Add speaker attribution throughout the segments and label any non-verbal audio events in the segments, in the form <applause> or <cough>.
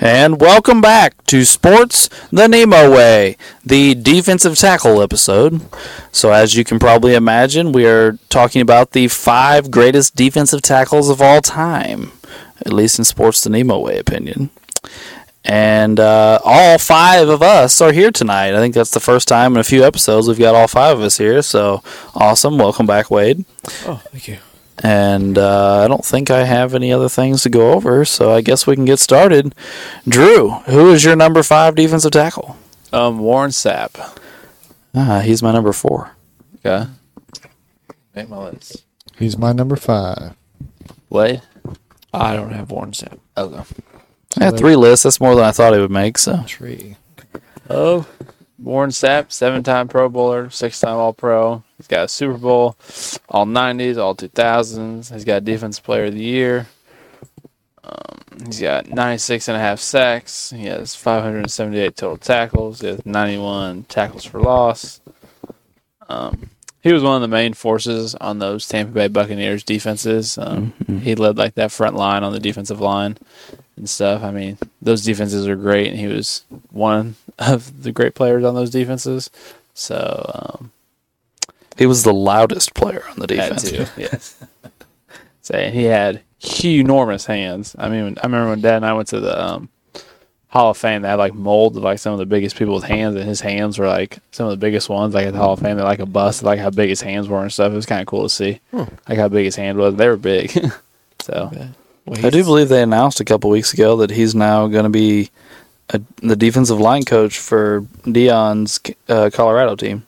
Speaker 1: And welcome back to Sports the Nemo Way, the defensive tackle episode. So, as you can probably imagine, we are talking about the five greatest defensive tackles of all time, at least in Sports the Nemo Way opinion. And uh, all five of us are here tonight. I think that's the first time in a few episodes we've got all five of us here. So, awesome. Welcome back, Wade.
Speaker 2: Oh, thank you.
Speaker 1: And uh, I don't think I have any other things to go over, so I guess we can get started. Drew, who is your number five defensive tackle?
Speaker 2: Um, Warren Sapp.
Speaker 1: Ah, he's my number four.
Speaker 2: Okay. Make my list.
Speaker 3: He's my number five.
Speaker 2: Wait. I don't have Warren Sapp. Okay.
Speaker 1: I had three lists. That's more than I thought he would make. So
Speaker 3: Tree.
Speaker 2: Oh, Warren Sapp, seven-time Pro Bowler, six-time All-Pro. He's got a Super Bowl, all '90s, all 2000s. He's got Defense Player of the Year. Um, he's got 96 and a half sacks. He has 578 total tackles. He has 91 tackles for loss. Um, he was one of the main forces on those Tampa Bay Buccaneers defenses. Um, He led like that front line on the defensive line and stuff. I mean, those defenses are great, and he was one of the great players on those defenses. So um,
Speaker 1: he was the loudest player on the
Speaker 2: that
Speaker 1: defense.
Speaker 2: too, yes. Say and he had enormous hands. I mean, I remember when Dad and I went to the um, Hall of Fame. They had like mold of like some of the biggest people with hands, and his hands were like some of the biggest ones. Like at the Hall of Fame, they're like a bust, like how big his hands were and stuff. It was kind of cool to see, like how big his hand was. They were big. <laughs> so
Speaker 1: I do believe they announced a couple weeks ago that he's now going to be a, the defensive line coach for Dion's uh, Colorado team.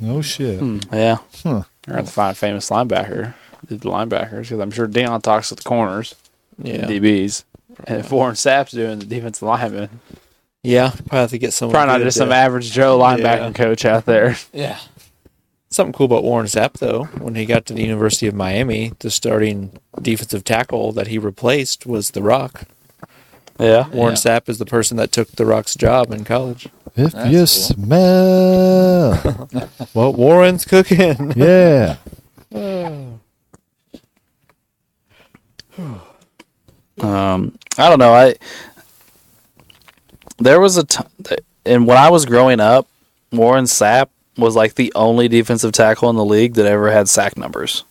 Speaker 3: No shit.
Speaker 4: Hmm.
Speaker 1: Yeah,
Speaker 2: You're gonna have to find a famous linebacker, the linebackers, because I'm sure Deion talks to the corners,
Speaker 5: Yeah.
Speaker 2: and DBs, and if Warren Sapp's doing the defensive lineman,
Speaker 5: Yeah. Probably have to get someone.
Speaker 2: probably not
Speaker 5: good
Speaker 2: just
Speaker 5: at
Speaker 2: some
Speaker 5: that.
Speaker 2: average Joe linebacker
Speaker 5: Yeah.
Speaker 2: coach out there.
Speaker 5: Yeah. Something cool about Warren Sapp, though, when he got to the University of Miami, the starting defensive tackle that he replaced was The Rock.
Speaker 1: yeah.
Speaker 5: Warren
Speaker 2: Yeah.
Speaker 5: Sapp is the person that took The Rock's job in college.
Speaker 3: If you
Speaker 4: <laughs>
Speaker 3: smell,
Speaker 5: Well, Warren's cooking.
Speaker 3: yeah.
Speaker 1: Um, I don't know. I there was a t- and when I was growing up, Warren Sapp was like the only defensive tackle in the league that ever had sack numbers.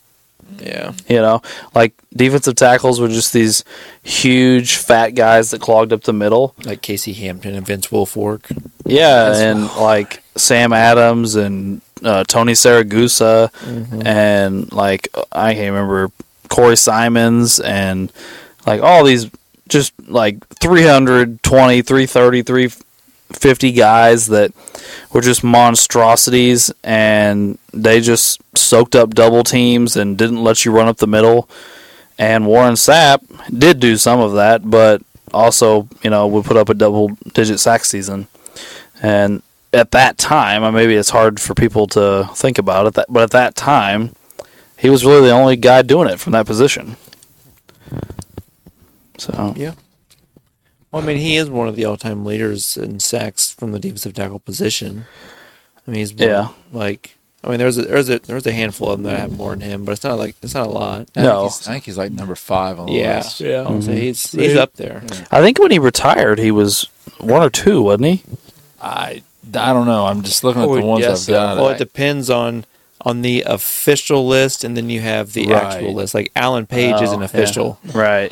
Speaker 5: yeah.
Speaker 1: You know, like defensive tackles were just these huge fat guys that clogged up the middle.
Speaker 5: Like Casey Hampton and Vince Wilfork.
Speaker 1: Yeah, and like Sam Adams and uh, Tony Saragusa and like I can't remember Corey Simons and like all these just like 320, 330, 350 guys that were just monstrosities and they just soaked up double teams and didn't let you run up the middle. And Warren Sapp did do some of that, but also, you know, would put up a double digit sack season. And at that time, uh, maybe it's hard for people to think about it, that- but at that time, he was really the only guy doing it from that position. So,
Speaker 5: Yeah. Well, I mean, he is one of the all-time leaders in sacks from the defensive tackle position. I mean, he's been,
Speaker 1: Yeah.
Speaker 5: Like, I mean, there's a there's a there's a handful of them that have more than him, but it's not like it's not a lot.
Speaker 1: no.
Speaker 4: I think he's like number five on the
Speaker 5: Yeah,
Speaker 4: list.
Speaker 5: yeah. So he's he's up there.
Speaker 1: I think when he retired, he was one or two, wasn't he?
Speaker 4: I I don't know. I'm just looking at
Speaker 2: Oh,
Speaker 4: the ones I've got.
Speaker 5: Well, it depends on on the official list, and then you have the actual
Speaker 4: Right.
Speaker 5: list. Like Alan Page
Speaker 1: Oh,
Speaker 5: isn't
Speaker 1: yeah.
Speaker 5: official,
Speaker 1: Right,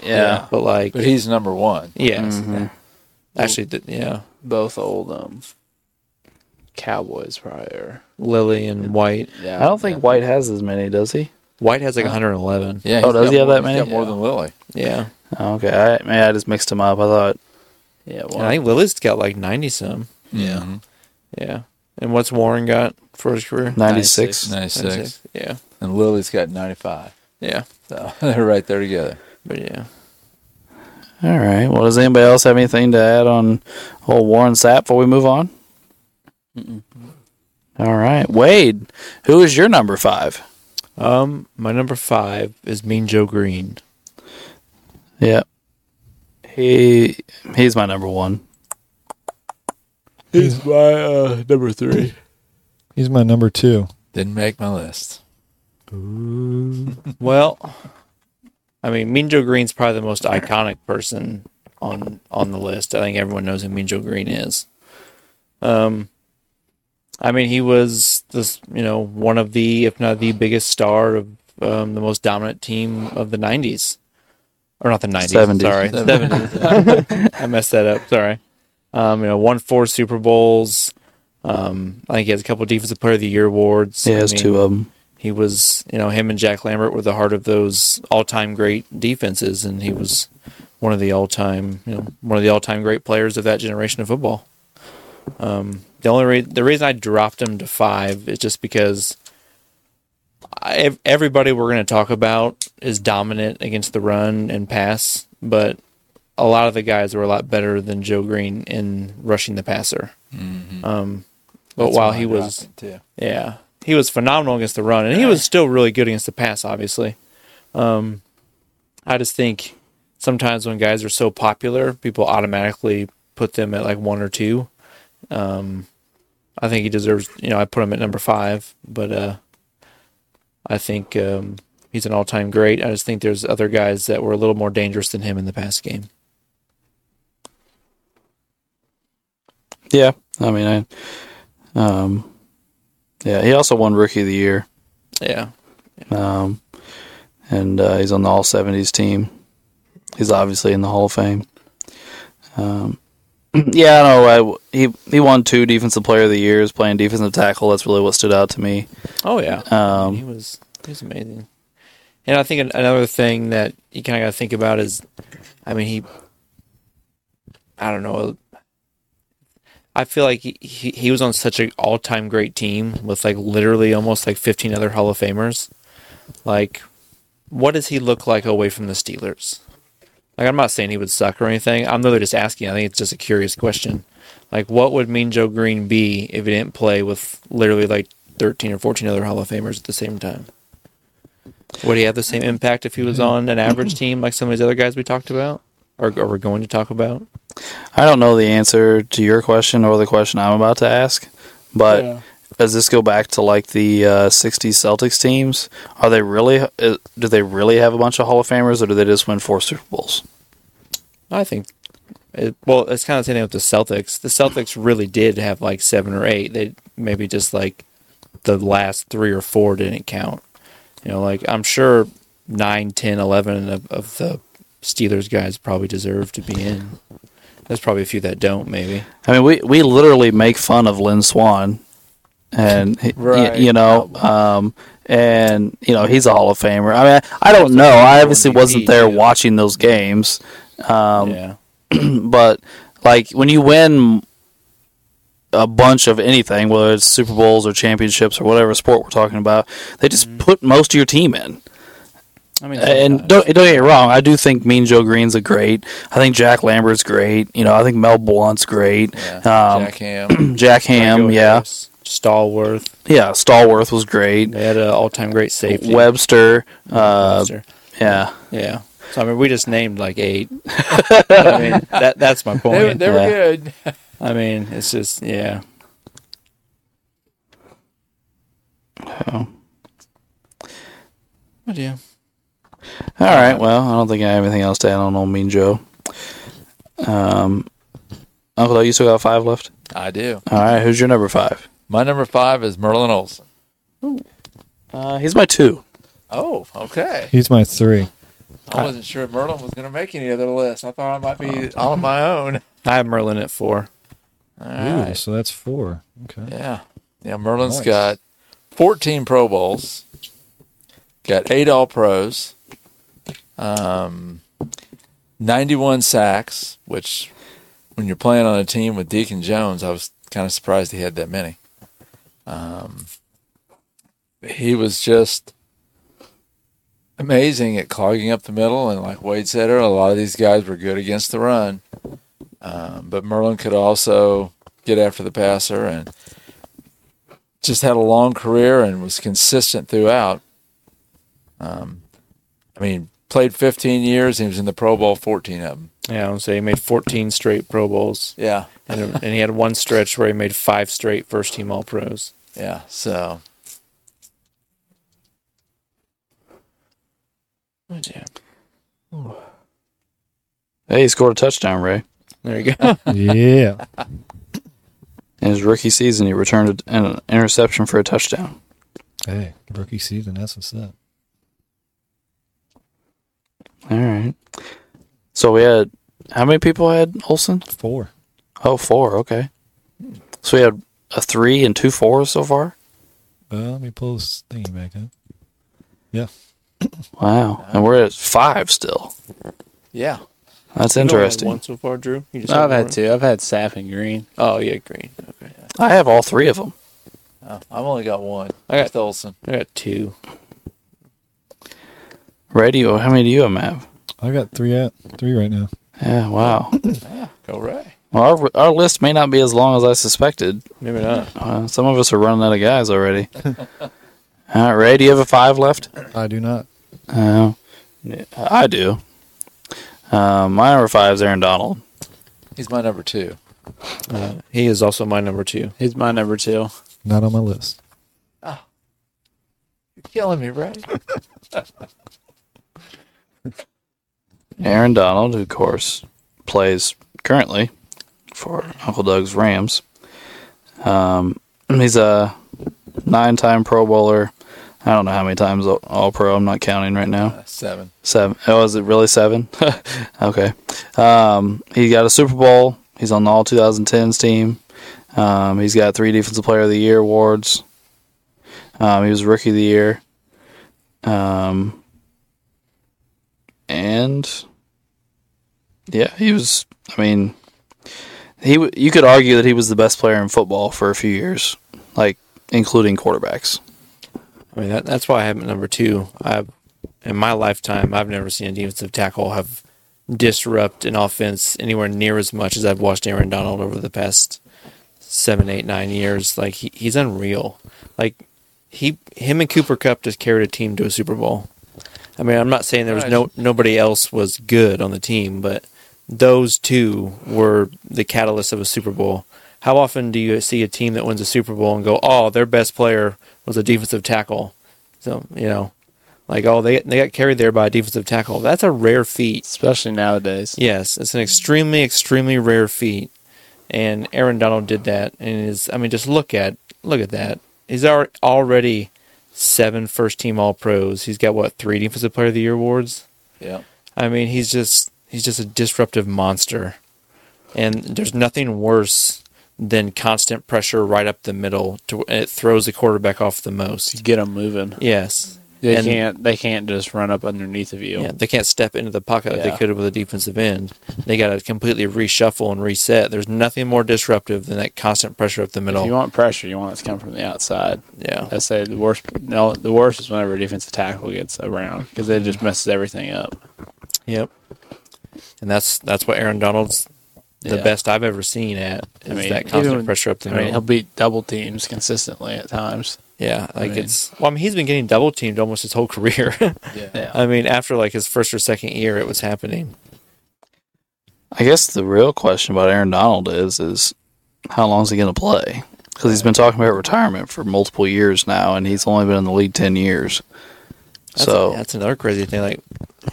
Speaker 5: but like,
Speaker 4: but he's number one. Mm-hmm.
Speaker 5: yes, actually, th- yeah,
Speaker 2: Both old um, Cowboys probably. Are.
Speaker 5: Lilly and White.
Speaker 4: Yeah, Uh-huh.
Speaker 1: I don't think White has as many, does he?
Speaker 5: White has like 111.
Speaker 4: Yeah,
Speaker 1: Oh,
Speaker 4: he's
Speaker 1: does
Speaker 4: got
Speaker 1: he have
Speaker 4: more-
Speaker 1: that many?
Speaker 4: He's got more than Lily.
Speaker 5: yeah.
Speaker 1: Oh, Okay, I, maybe I just mixed him up. I thought,
Speaker 2: Yeah,
Speaker 5: And I
Speaker 2: well,
Speaker 5: think Lily's got like 90 some.
Speaker 4: Yeah,
Speaker 5: Yeah. And what's Warren got for his career?
Speaker 1: 96.
Speaker 4: ninety six,
Speaker 5: Yeah.
Speaker 4: and Lily's got ninety five.
Speaker 5: Yeah.
Speaker 4: So <laughs> they're right there together.
Speaker 5: But yeah.
Speaker 1: All right. Well, does anybody else have anything to add on old Warren Sapp before we move on? All right. Wade, who is your number five?
Speaker 5: Um, my number five is Mean Joe Green.
Speaker 1: Yeah. He he's my number one.
Speaker 2: he's my uh, number three.
Speaker 3: He's my number two.
Speaker 4: Didn't make my list.
Speaker 5: Well, I mean, Mean Joe Green's probably the most iconic person on on the list. I think everyone knows who Mean Joe Green is. Um, I mean, he was this you know one of the if not the biggest star of um, the most dominant team of the '90s, or not the '90s.
Speaker 1: 70s.
Speaker 5: Sorry, '70s. <laughs> I messed that up. Sorry. Um, you know, won four Super Bowls. Um, I think he has a couple defensive player of the year awards.
Speaker 1: He
Speaker 5: I
Speaker 1: has
Speaker 5: mean,
Speaker 1: two of them.
Speaker 5: he was, you know, him and Jack Lambert were the heart of those all-time great defenses, and he was one of the all-time, you know, one of the all-time great players of that generation of football. Um, the only re- the reason I dropped him to five is just because I, ev- everybody we're going to talk about is dominant against the run and pass, but a lot of the guys were a lot better than Joe Green in rushing the passer. Um, but
Speaker 4: Mm-hmm. That's
Speaker 5: while
Speaker 4: why I
Speaker 5: he was
Speaker 4: dropped it, too.
Speaker 5: yeah, he was phenomenal against the run, and he was still really good against the pass. Obviously, um, I just think sometimes when guys are so popular, people automatically put them at like one or two. Um, I think he deserves. You know, I put him at number five, but uh, I think um, he's an all-time great. I just think there's other guys that were a little more dangerous than him in the past game.
Speaker 1: Yeah, I mean, I, um, yeah, he also won Rookie of the Year,
Speaker 5: Yeah,
Speaker 1: um, and uh, he's on the All Seventies team. He's obviously in the Hall of Fame. Um, yeah, I know. I w he he won two Defensive Player of the Years playing defensive tackle. That's really what stood out to me.
Speaker 5: Oh yeah,
Speaker 1: Um,
Speaker 5: he was he was amazing. And I think an- another thing that you kind of got to think about is, I mean, he, I don't know, I feel like he, he, he was on such an all time great team with like literally almost like fifteen other Hall of Famers. Like, what does he look like away from the Steelers? Like, I'm not saying he would suck or anything. I'm literally just asking. I think it's just a curious question. Like, what would Mean Joe Green be if he didn't play with literally like 13 or 14 other Hall of Famers at the same time? Would he have the same impact if he was on an average team like some of these other guys we talked about or, or we're going to talk about?
Speaker 1: I don't know the answer to your question or the question I'm about to ask, but
Speaker 4: Yeah.
Speaker 1: does this go back to like the uh, '60s Celtics teams? Are they really? Uh, do they really have a bunch of Hall of Famers, or do they just win four Super Bowls?
Speaker 5: I think, it, well, it's kind of the same thing with the Celtics. The Celtics really did have like seven or eight. They maybe just like the last three or four didn't count. You know, like I'm sure nine, ten, eleven of, of the Steelers guys probably deserve to be in. There's probably a few that don't, maybe.
Speaker 1: I mean, we we literally make fun of Lynn Swan, and he- y-
Speaker 2: Right.
Speaker 1: you know, um, and you know he's a Hall of Famer. I mean, I don't know. I obviously wasn't there
Speaker 5: yeah.
Speaker 1: watching those games, um,
Speaker 5: yeah.
Speaker 1: but like when you win a bunch of anything, whether it's Super Bowls or championships or whatever sport we're talking about, they just
Speaker 4: Mm-hmm.
Speaker 1: put most of your team in.
Speaker 5: I mean,
Speaker 1: And don't don't get me wrong, I do think Mean Joe Green's a great. I think Jack Lambert's great. You know, I think Mel Blunt's great.
Speaker 4: Yeah.
Speaker 1: Um,
Speaker 4: Jack Ham.
Speaker 1: Jack Ham, yeah,
Speaker 5: Stallworth.
Speaker 1: yeah. Stallworth was great.
Speaker 5: They had an all-time great safety.
Speaker 1: Webster, uh,
Speaker 5: Webster.
Speaker 1: yeah,
Speaker 5: yeah. So I mean, we just named like eight. I mean, that that's my point.
Speaker 4: They, were- they
Speaker 1: Yeah.
Speaker 4: were good.
Speaker 5: I mean, it's just yeah. But yeah,
Speaker 1: All right. Well, I don't think I have anything else to add on old Mean Joe. Um, Uncle, Doug, you still got five left.
Speaker 4: I do.
Speaker 1: All right. Who's your number five?
Speaker 4: My number five is Merlin Olsen.
Speaker 1: Uh, he's my two.
Speaker 4: Oh, okay.
Speaker 3: He's my three.
Speaker 4: I wasn't sure if Merlin was going to make any other list. I thought I might be all on my own.
Speaker 5: I have Merlin at four.
Speaker 4: All
Speaker 3: Ooh,
Speaker 4: right.
Speaker 3: so that's four. Okay.
Speaker 4: Yeah. Yeah. Merlin's
Speaker 3: Nice.
Speaker 4: got 14 Pro Bowls, got eight All Pros, um, 91 sacks, which when you're playing on a team with Deacon Jones, I was kind of surprised he had that many. Um, he was just amazing at clogging up the middle. And like Wade said earlier, a lot of these guys were good against the run. Um, but Merlin could also get after the passer and just had a long career and was consistent throughout. Um, I mean, played 15 years. And he was in the Pro Bowl 14 of them.
Speaker 5: Yeah, I'll say he made 14 straight Pro Bowls,
Speaker 4: Yeah.
Speaker 5: and, and he had one stretch where he made five straight first team All Pros.
Speaker 4: Yeah. So
Speaker 5: But yeah.
Speaker 1: Hey, he scored a touchdown, Ray.
Speaker 5: There you go.
Speaker 3: yeah.
Speaker 1: In his rookie season, he returned an interception for a touchdown.
Speaker 3: <laughs> Hey, rookie season. That's what's up.
Speaker 1: All right. So we had how many people had Olson?
Speaker 3: Four.
Speaker 1: Oh, four. Okay. So we had a three and two fours so far.
Speaker 3: Well, let me pull this thingy back up. Yeah.
Speaker 1: Wow. And we're at five still.
Speaker 4: Yeah.
Speaker 1: That's
Speaker 5: You only had
Speaker 1: interesting.
Speaker 5: One so far, Drew. You just
Speaker 2: I've
Speaker 5: had
Speaker 2: had
Speaker 5: one.
Speaker 2: two. I've had Sap and Green.
Speaker 5: Oh yeah, green. Okay.
Speaker 1: I have all three of them.
Speaker 4: Oh, I've only got one.
Speaker 5: I got-
Speaker 4: It's Olson.
Speaker 5: I got two.
Speaker 1: Radio. How many do you have?
Speaker 3: I got three at three right now.
Speaker 1: Yeah. <laughs> Wow.
Speaker 4: Go Ray.
Speaker 1: Well, our, our list may not be as long as I suspected.
Speaker 5: Maybe not.
Speaker 1: Uh, some of us are running out of guys
Speaker 5: <laughs>
Speaker 1: already. All right, Ray, do you have a five left?
Speaker 3: I do not.
Speaker 1: Uh, I do. Um, my number five is Aaron Donald.
Speaker 4: He's my number two.
Speaker 5: He is also my number two.
Speaker 2: He's my number two.
Speaker 3: Not on my list.
Speaker 4: You're killing me, Ray.
Speaker 1: Aaron Donald, who, of course, plays currently for Uncle Doug's Rams. Um, he's a nine-time Pro Bowler. I don't know how many times All- All-Pro. I'm not counting right now.
Speaker 4: Uh, seven.
Speaker 1: Seven. Oh, is it really seven? <laughs> okay. Um, he got a Super Bowl. He's on the All 2010s team. Um, he's got three Defensive Player of the Year awards. Um, he was Rookie of the Year. Um, and yeah, he was. I mean, he. w- You could argue that he was the best player in football for a few years, like including quarterbacks.
Speaker 5: I mean, that, that's why I have him at number two. I, in my lifetime, I've never seen a defensive tackle have disrupt an offense anywhere near as much as I've watched Aaron Donald over the past seven, eight, nine years. Like he, he's unreal. Like he, him and Cooper Cup just carried a team to a Super Bowl. I mean, I'm not saying there was no nobody else was good on the team, but those two were the catalyst of a Super Bowl. How often do you see a team that wins a Super Bowl and go, "Oh, their best player was a defensive tackle"? So you know, like, oh, they they got carried there by a defensive tackle. That's a rare feat.
Speaker 2: Especially nowadays.
Speaker 5: Yes, it's an extremely, extremely rare feat, and Aaron Donald did that. And is I mean, just look at look at that. He's al- already seven first team All Pros. He's got what three Defensive Player of the Year awards.
Speaker 4: Yeah.
Speaker 5: I mean, he's just he's just a disruptive monster, and there's nothing worse than constant pressure right up the middle. To it throws the quarterback off the
Speaker 2: To
Speaker 5: most.
Speaker 2: get them moving.
Speaker 5: Yes,
Speaker 2: They
Speaker 5: And-
Speaker 2: can't. They can't just run up underneath of you.
Speaker 5: yeah, they can't step into the pocket like
Speaker 2: Yeah.
Speaker 5: they could with a defensive end. They got to completely reshuffle and reset. There's nothing more disruptive than that constant pressure up the
Speaker 2: If you
Speaker 5: middle.
Speaker 2: want pressure, you want it to come from the outside.
Speaker 5: Yeah,
Speaker 2: I say the worst. No, the worst is whenever a defensive tackle gets around because it just messes everything up.
Speaker 5: yep. And that's that's what Aaron Donald's the
Speaker 2: Yeah.
Speaker 5: best I've ever seen at. Is
Speaker 2: I mean,
Speaker 5: that constant
Speaker 2: even-
Speaker 5: pressure up the
Speaker 2: I mean,
Speaker 5: middle.
Speaker 2: he'll beat double teams consistently at times.
Speaker 5: Yeah, like
Speaker 2: mean-
Speaker 5: it's. Well, I mean, he's been getting double teamed almost his whole <laughs> career.
Speaker 4: Yeah.
Speaker 5: I mean, after like his first or second year, it was happening.
Speaker 1: I guess the real question about Aaron Donald is is how long is he going to play? Because he's been talking about retirement for multiple years now, and he's only been in the league ten years.
Speaker 5: That's,
Speaker 1: so
Speaker 5: that's another crazy thing. Like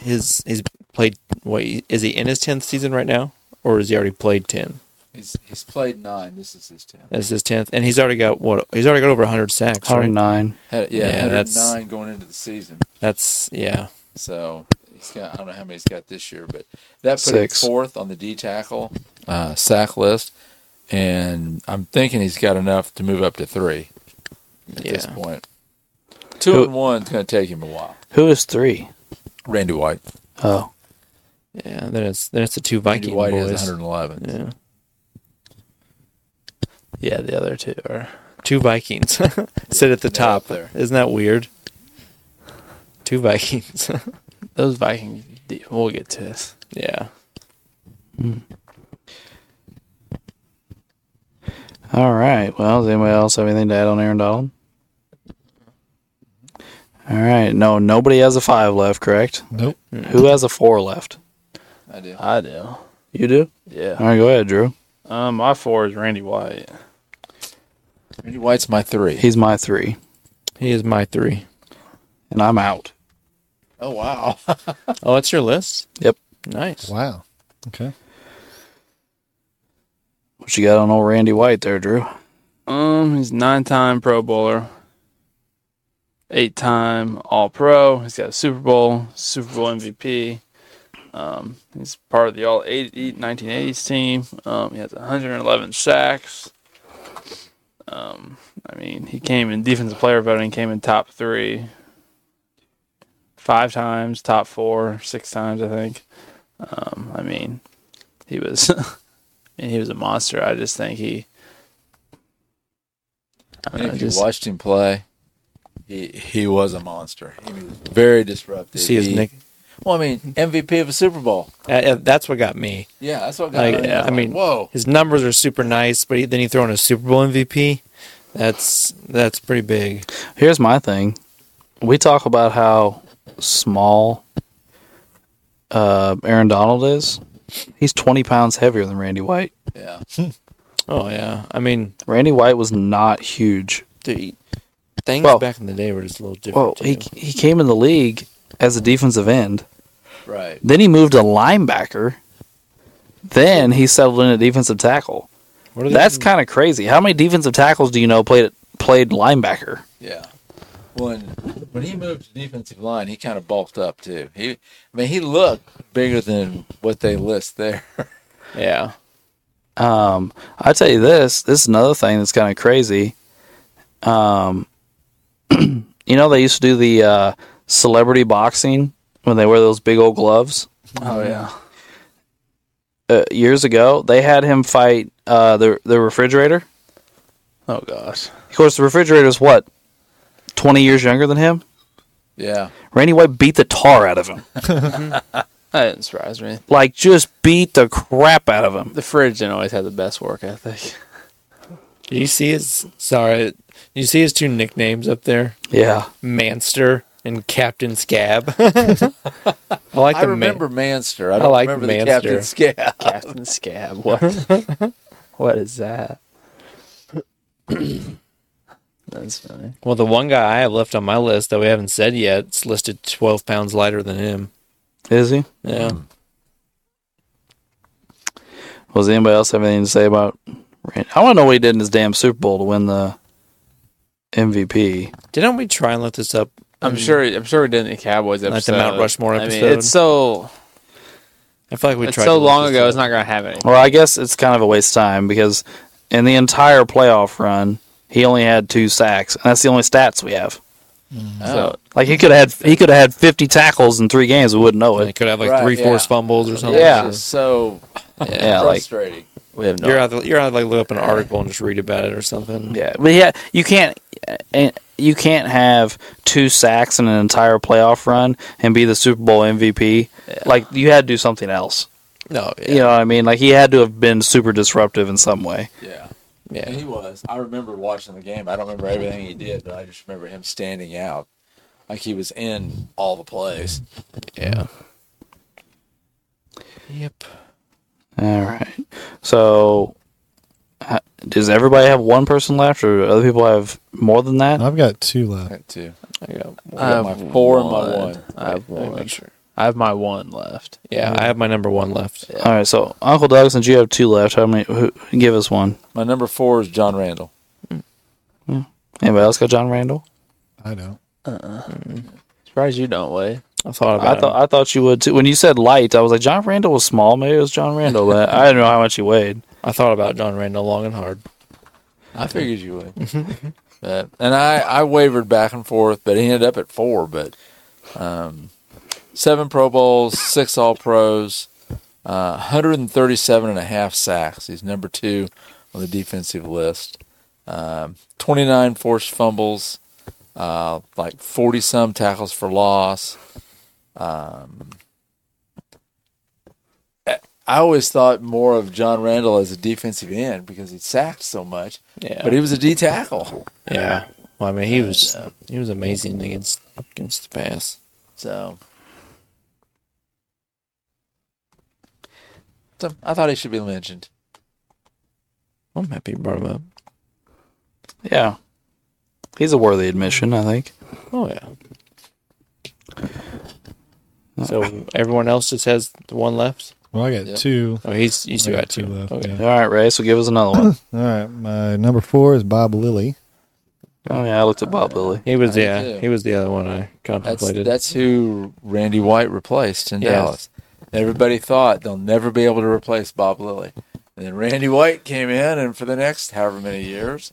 Speaker 5: his he's played. What is he in his tenth season right now, or is he already played ten?
Speaker 4: He's he's played nine. This is his ten.
Speaker 5: That's his tenth, and he's already got what? He's already got over hundred sacks.
Speaker 1: probably
Speaker 5: Right?
Speaker 1: nine.
Speaker 4: Had, yeah,
Speaker 5: Yeah, that's-
Speaker 4: 109 going into the season.
Speaker 5: That's yeah.
Speaker 4: So he's got I don't know how many he's got this year, but that put
Speaker 1: Six.
Speaker 4: him fourth on the D tackle uh, sack list, and I'm thinking he's got enough to move up to three at this
Speaker 5: Yeah.
Speaker 4: point. Two
Speaker 1: Who-
Speaker 4: and one's going to take him a while.
Speaker 1: Who is three?
Speaker 4: Randy White.
Speaker 1: Oh,
Speaker 5: Yeah. Then it's then it's the two
Speaker 4: Randy
Speaker 5: Viking
Speaker 4: White
Speaker 5: boys.
Speaker 4: has 111.
Speaker 5: Yeah.
Speaker 2: Yeah, the other two are.
Speaker 5: Two
Speaker 4: <laughs>
Speaker 5: Vikings <laughs> sit at the
Speaker 4: they're up
Speaker 5: top.
Speaker 4: there.
Speaker 5: Isn't that weird? Two Vikings. <laughs>
Speaker 2: Those Vikings. de- We'll get to this.
Speaker 5: yeah.
Speaker 1: all right. Well, does anybody else have anything to add on Aaron Donald? All right. No, nobody has a five left. Correct.
Speaker 3: Nope.
Speaker 1: Who has a four left?
Speaker 4: I do.
Speaker 2: I do.
Speaker 1: You do. All
Speaker 2: Yeah.
Speaker 1: right. Go ahead, Drew.
Speaker 2: Um, my four is Randy White.
Speaker 4: Randy White's my
Speaker 5: <laughs>
Speaker 4: three.
Speaker 1: He's my three,
Speaker 5: He is my three.
Speaker 1: and I'm out.
Speaker 4: oh wow.
Speaker 5: Oh, that's your list.
Speaker 1: Yep.
Speaker 5: Nice.
Speaker 3: Wow. Okay.
Speaker 1: What you got on old Randy White there, Drew?
Speaker 2: Um, he's nine-time Pro Bowler, eight-time All-Pro. He's got a Super Bowl, Super Bowl MVP. Um, he's part of the All 80, 1980s team. Um, he has 111 sacks. Um, I mean, he came in defensive player voting, came in top three, five times, top four, six times, I think. Um, I mean, he was, <laughs> and he was a monster. I just think he. I
Speaker 4: And
Speaker 2: don't know,
Speaker 4: if you
Speaker 2: just-
Speaker 4: watched him play, he he was a monster. He was very disruptive.
Speaker 5: See his
Speaker 4: He-
Speaker 5: nick.
Speaker 4: Well, I mean, MVP of a Super Bowl.
Speaker 5: Uh, uh, that's what got me.
Speaker 4: Yeah, that's what got
Speaker 5: Like,
Speaker 4: me.
Speaker 5: I mean,
Speaker 4: whoa.
Speaker 5: His numbers are super nice, but he, then you throw in a Super Bowl MVP. That's that's pretty big.
Speaker 1: Here's my thing. We talk about how small uh, Aaron Donald is. He's 20 pounds heavier than Randy White.
Speaker 4: Yeah.
Speaker 5: Oh yeah, I mean,
Speaker 1: Randy White was not huge.
Speaker 5: dude, things
Speaker 1: Well-
Speaker 5: back in the day were just a little different.
Speaker 1: Well, he, he came in the league as a defensive end.
Speaker 4: Right.
Speaker 1: Then he moved to linebacker. Then he settled in at defensive tackle.
Speaker 5: what are they
Speaker 1: That's kind of crazy. How many defensive tackles do you know played played linebacker?
Speaker 4: Yeah. When when he moved to defensive line, he kind of bulked up too. He, I mean, he looked bigger than what they list there. <laughs>
Speaker 2: Yeah.
Speaker 1: Um, I tell you this, this is another thing that's kind of crazy. Um, <clears throat> you know they used to do the uh, celebrity boxing when they wear those big old gloves.
Speaker 2: Oh yeah.
Speaker 1: Uh, years ago, they had him fight uh, the the refrigerator.
Speaker 2: Oh gosh.
Speaker 1: Of course, the refrigerator is what twenty years younger than him.
Speaker 4: Yeah.
Speaker 1: Randy White beat the tar out of him,
Speaker 2: That didn't surprise me.
Speaker 1: like just beat the crap out of him.
Speaker 2: The fridge didn't always have the best work ethic. <laughs>
Speaker 5: Do you see his? Sorry, do you see his two nicknames up there,
Speaker 1: Yeah,
Speaker 5: Manster and Captain Scab. <laughs> I like
Speaker 4: I
Speaker 5: the
Speaker 4: remember
Speaker 5: Man-
Speaker 4: Manster. I don't
Speaker 5: like
Speaker 4: remember
Speaker 5: Manster.
Speaker 4: the Captain <laughs> Scab.
Speaker 2: Captain Scab. What? what is that? That's funny.
Speaker 5: well, the one guy I have left on my list that we haven't said yet is listed twelve pounds lighter than him.
Speaker 1: is he?
Speaker 5: Yeah,
Speaker 2: Hmm.
Speaker 1: Was anybody else have anything to say about? Rand- I want to know what he did in his damn Super Bowl to win the MVP.
Speaker 5: didn't we try and look this up?
Speaker 2: I'm sure. I'm sure we did in the Cowboys episode.
Speaker 5: Like the Mount Rushmore
Speaker 2: I mean,
Speaker 5: episode.
Speaker 2: it's so.
Speaker 5: I feel like we
Speaker 2: It's
Speaker 5: tried
Speaker 2: so
Speaker 5: to look
Speaker 2: long
Speaker 5: this
Speaker 2: ago.
Speaker 5: up.
Speaker 2: It's not gonna have any.
Speaker 1: Well, I guess it's kind of a waste of time because in the entire playoff run, he only had two sacks, and that's the only stats we have.
Speaker 2: So
Speaker 1: Like he could have had he could have had fifty tackles in three games, we wouldn't know
Speaker 5: They
Speaker 1: it.
Speaker 5: could have like
Speaker 4: Right,
Speaker 5: three
Speaker 4: yeah.
Speaker 5: forced fumbles or something.
Speaker 1: Yeah.
Speaker 4: It's just so
Speaker 1: Yeah, like
Speaker 4: frustrating.
Speaker 2: we have no.
Speaker 5: You're either you're either like look up an article and just read about it or something.
Speaker 1: yeah, but yeah, you can't eh, you can't have two sacks in an entire playoff run and be the Super Bowl MVP. Like you had to do something else.
Speaker 5: No, yeah,
Speaker 1: You know what I mean? Like he had to have been super disruptive in some way.
Speaker 4: yeah.
Speaker 5: yeah.
Speaker 4: And he was. I remember watching the game. I don't remember everything he did, but I just remember him standing out like he was in all the plays.
Speaker 5: yeah. Yep.
Speaker 1: All right. So, ha- does everybody have one person left, or do other people have more than that?
Speaker 3: I've got two left.
Speaker 4: That too.
Speaker 5: I got one.
Speaker 4: I got my four and my one.
Speaker 2: I have one.
Speaker 5: Make sure.
Speaker 2: I have my one left.
Speaker 5: Yeah, I have my number one left.
Speaker 1: All right. So, Uncle Doug, since you have two left, how many? Who, give us one.
Speaker 4: My number four is John Randall.
Speaker 1: Anybody else got John Randall?
Speaker 3: I don't.
Speaker 2: Surprised you don't, Wade.
Speaker 5: I thought about
Speaker 1: I thought I thought you would too. When you said light, I was like John Randall was small. Maybe it was John Randall. But I didn't know how much he weighed.
Speaker 5: I thought about John Randall long and hard.
Speaker 4: I figured you would. but, and I, I wavered back and forth, but he ended up at four. But um, seven Pro Bowls, six All Pros, uh, 137 and a half sacks. He's number two on the defensive list. Um, 29 forced fumbles, uh, like 40 some tackles for loss. Um, I- I always thought more of John Randall as a defensive end because he sacked so much
Speaker 5: Yeah.
Speaker 4: but he was a D tackle.
Speaker 5: yeah. Well, I mean, he was he was amazing against against the pass.
Speaker 4: So. so I thought he should be mentioned.
Speaker 5: I'm happy you brought him up.
Speaker 1: Yeah, he's a worthy admission, I think.
Speaker 5: Oh yeah. So everyone else just has the one left.
Speaker 3: Well, I got
Speaker 4: Yep.
Speaker 3: two.
Speaker 5: Oh, he's you still
Speaker 3: I
Speaker 5: got two.
Speaker 3: left.
Speaker 4: Oh,
Speaker 5: Okay.
Speaker 3: yeah.
Speaker 1: All right, Ray. So give us another one.
Speaker 3: All right. My number four is Bob Lilly.
Speaker 1: oh yeah, I looked at Bob Lilly.
Speaker 5: He was
Speaker 4: I
Speaker 5: yeah.
Speaker 4: do.
Speaker 5: He was the other one I
Speaker 4: That's
Speaker 5: contemplated.
Speaker 4: that's who Randy White replaced in
Speaker 5: Yes.
Speaker 4: Dallas. Everybody thought they'll never be able to replace Bob Lilly, and then Randy White came in, and for the next however many years,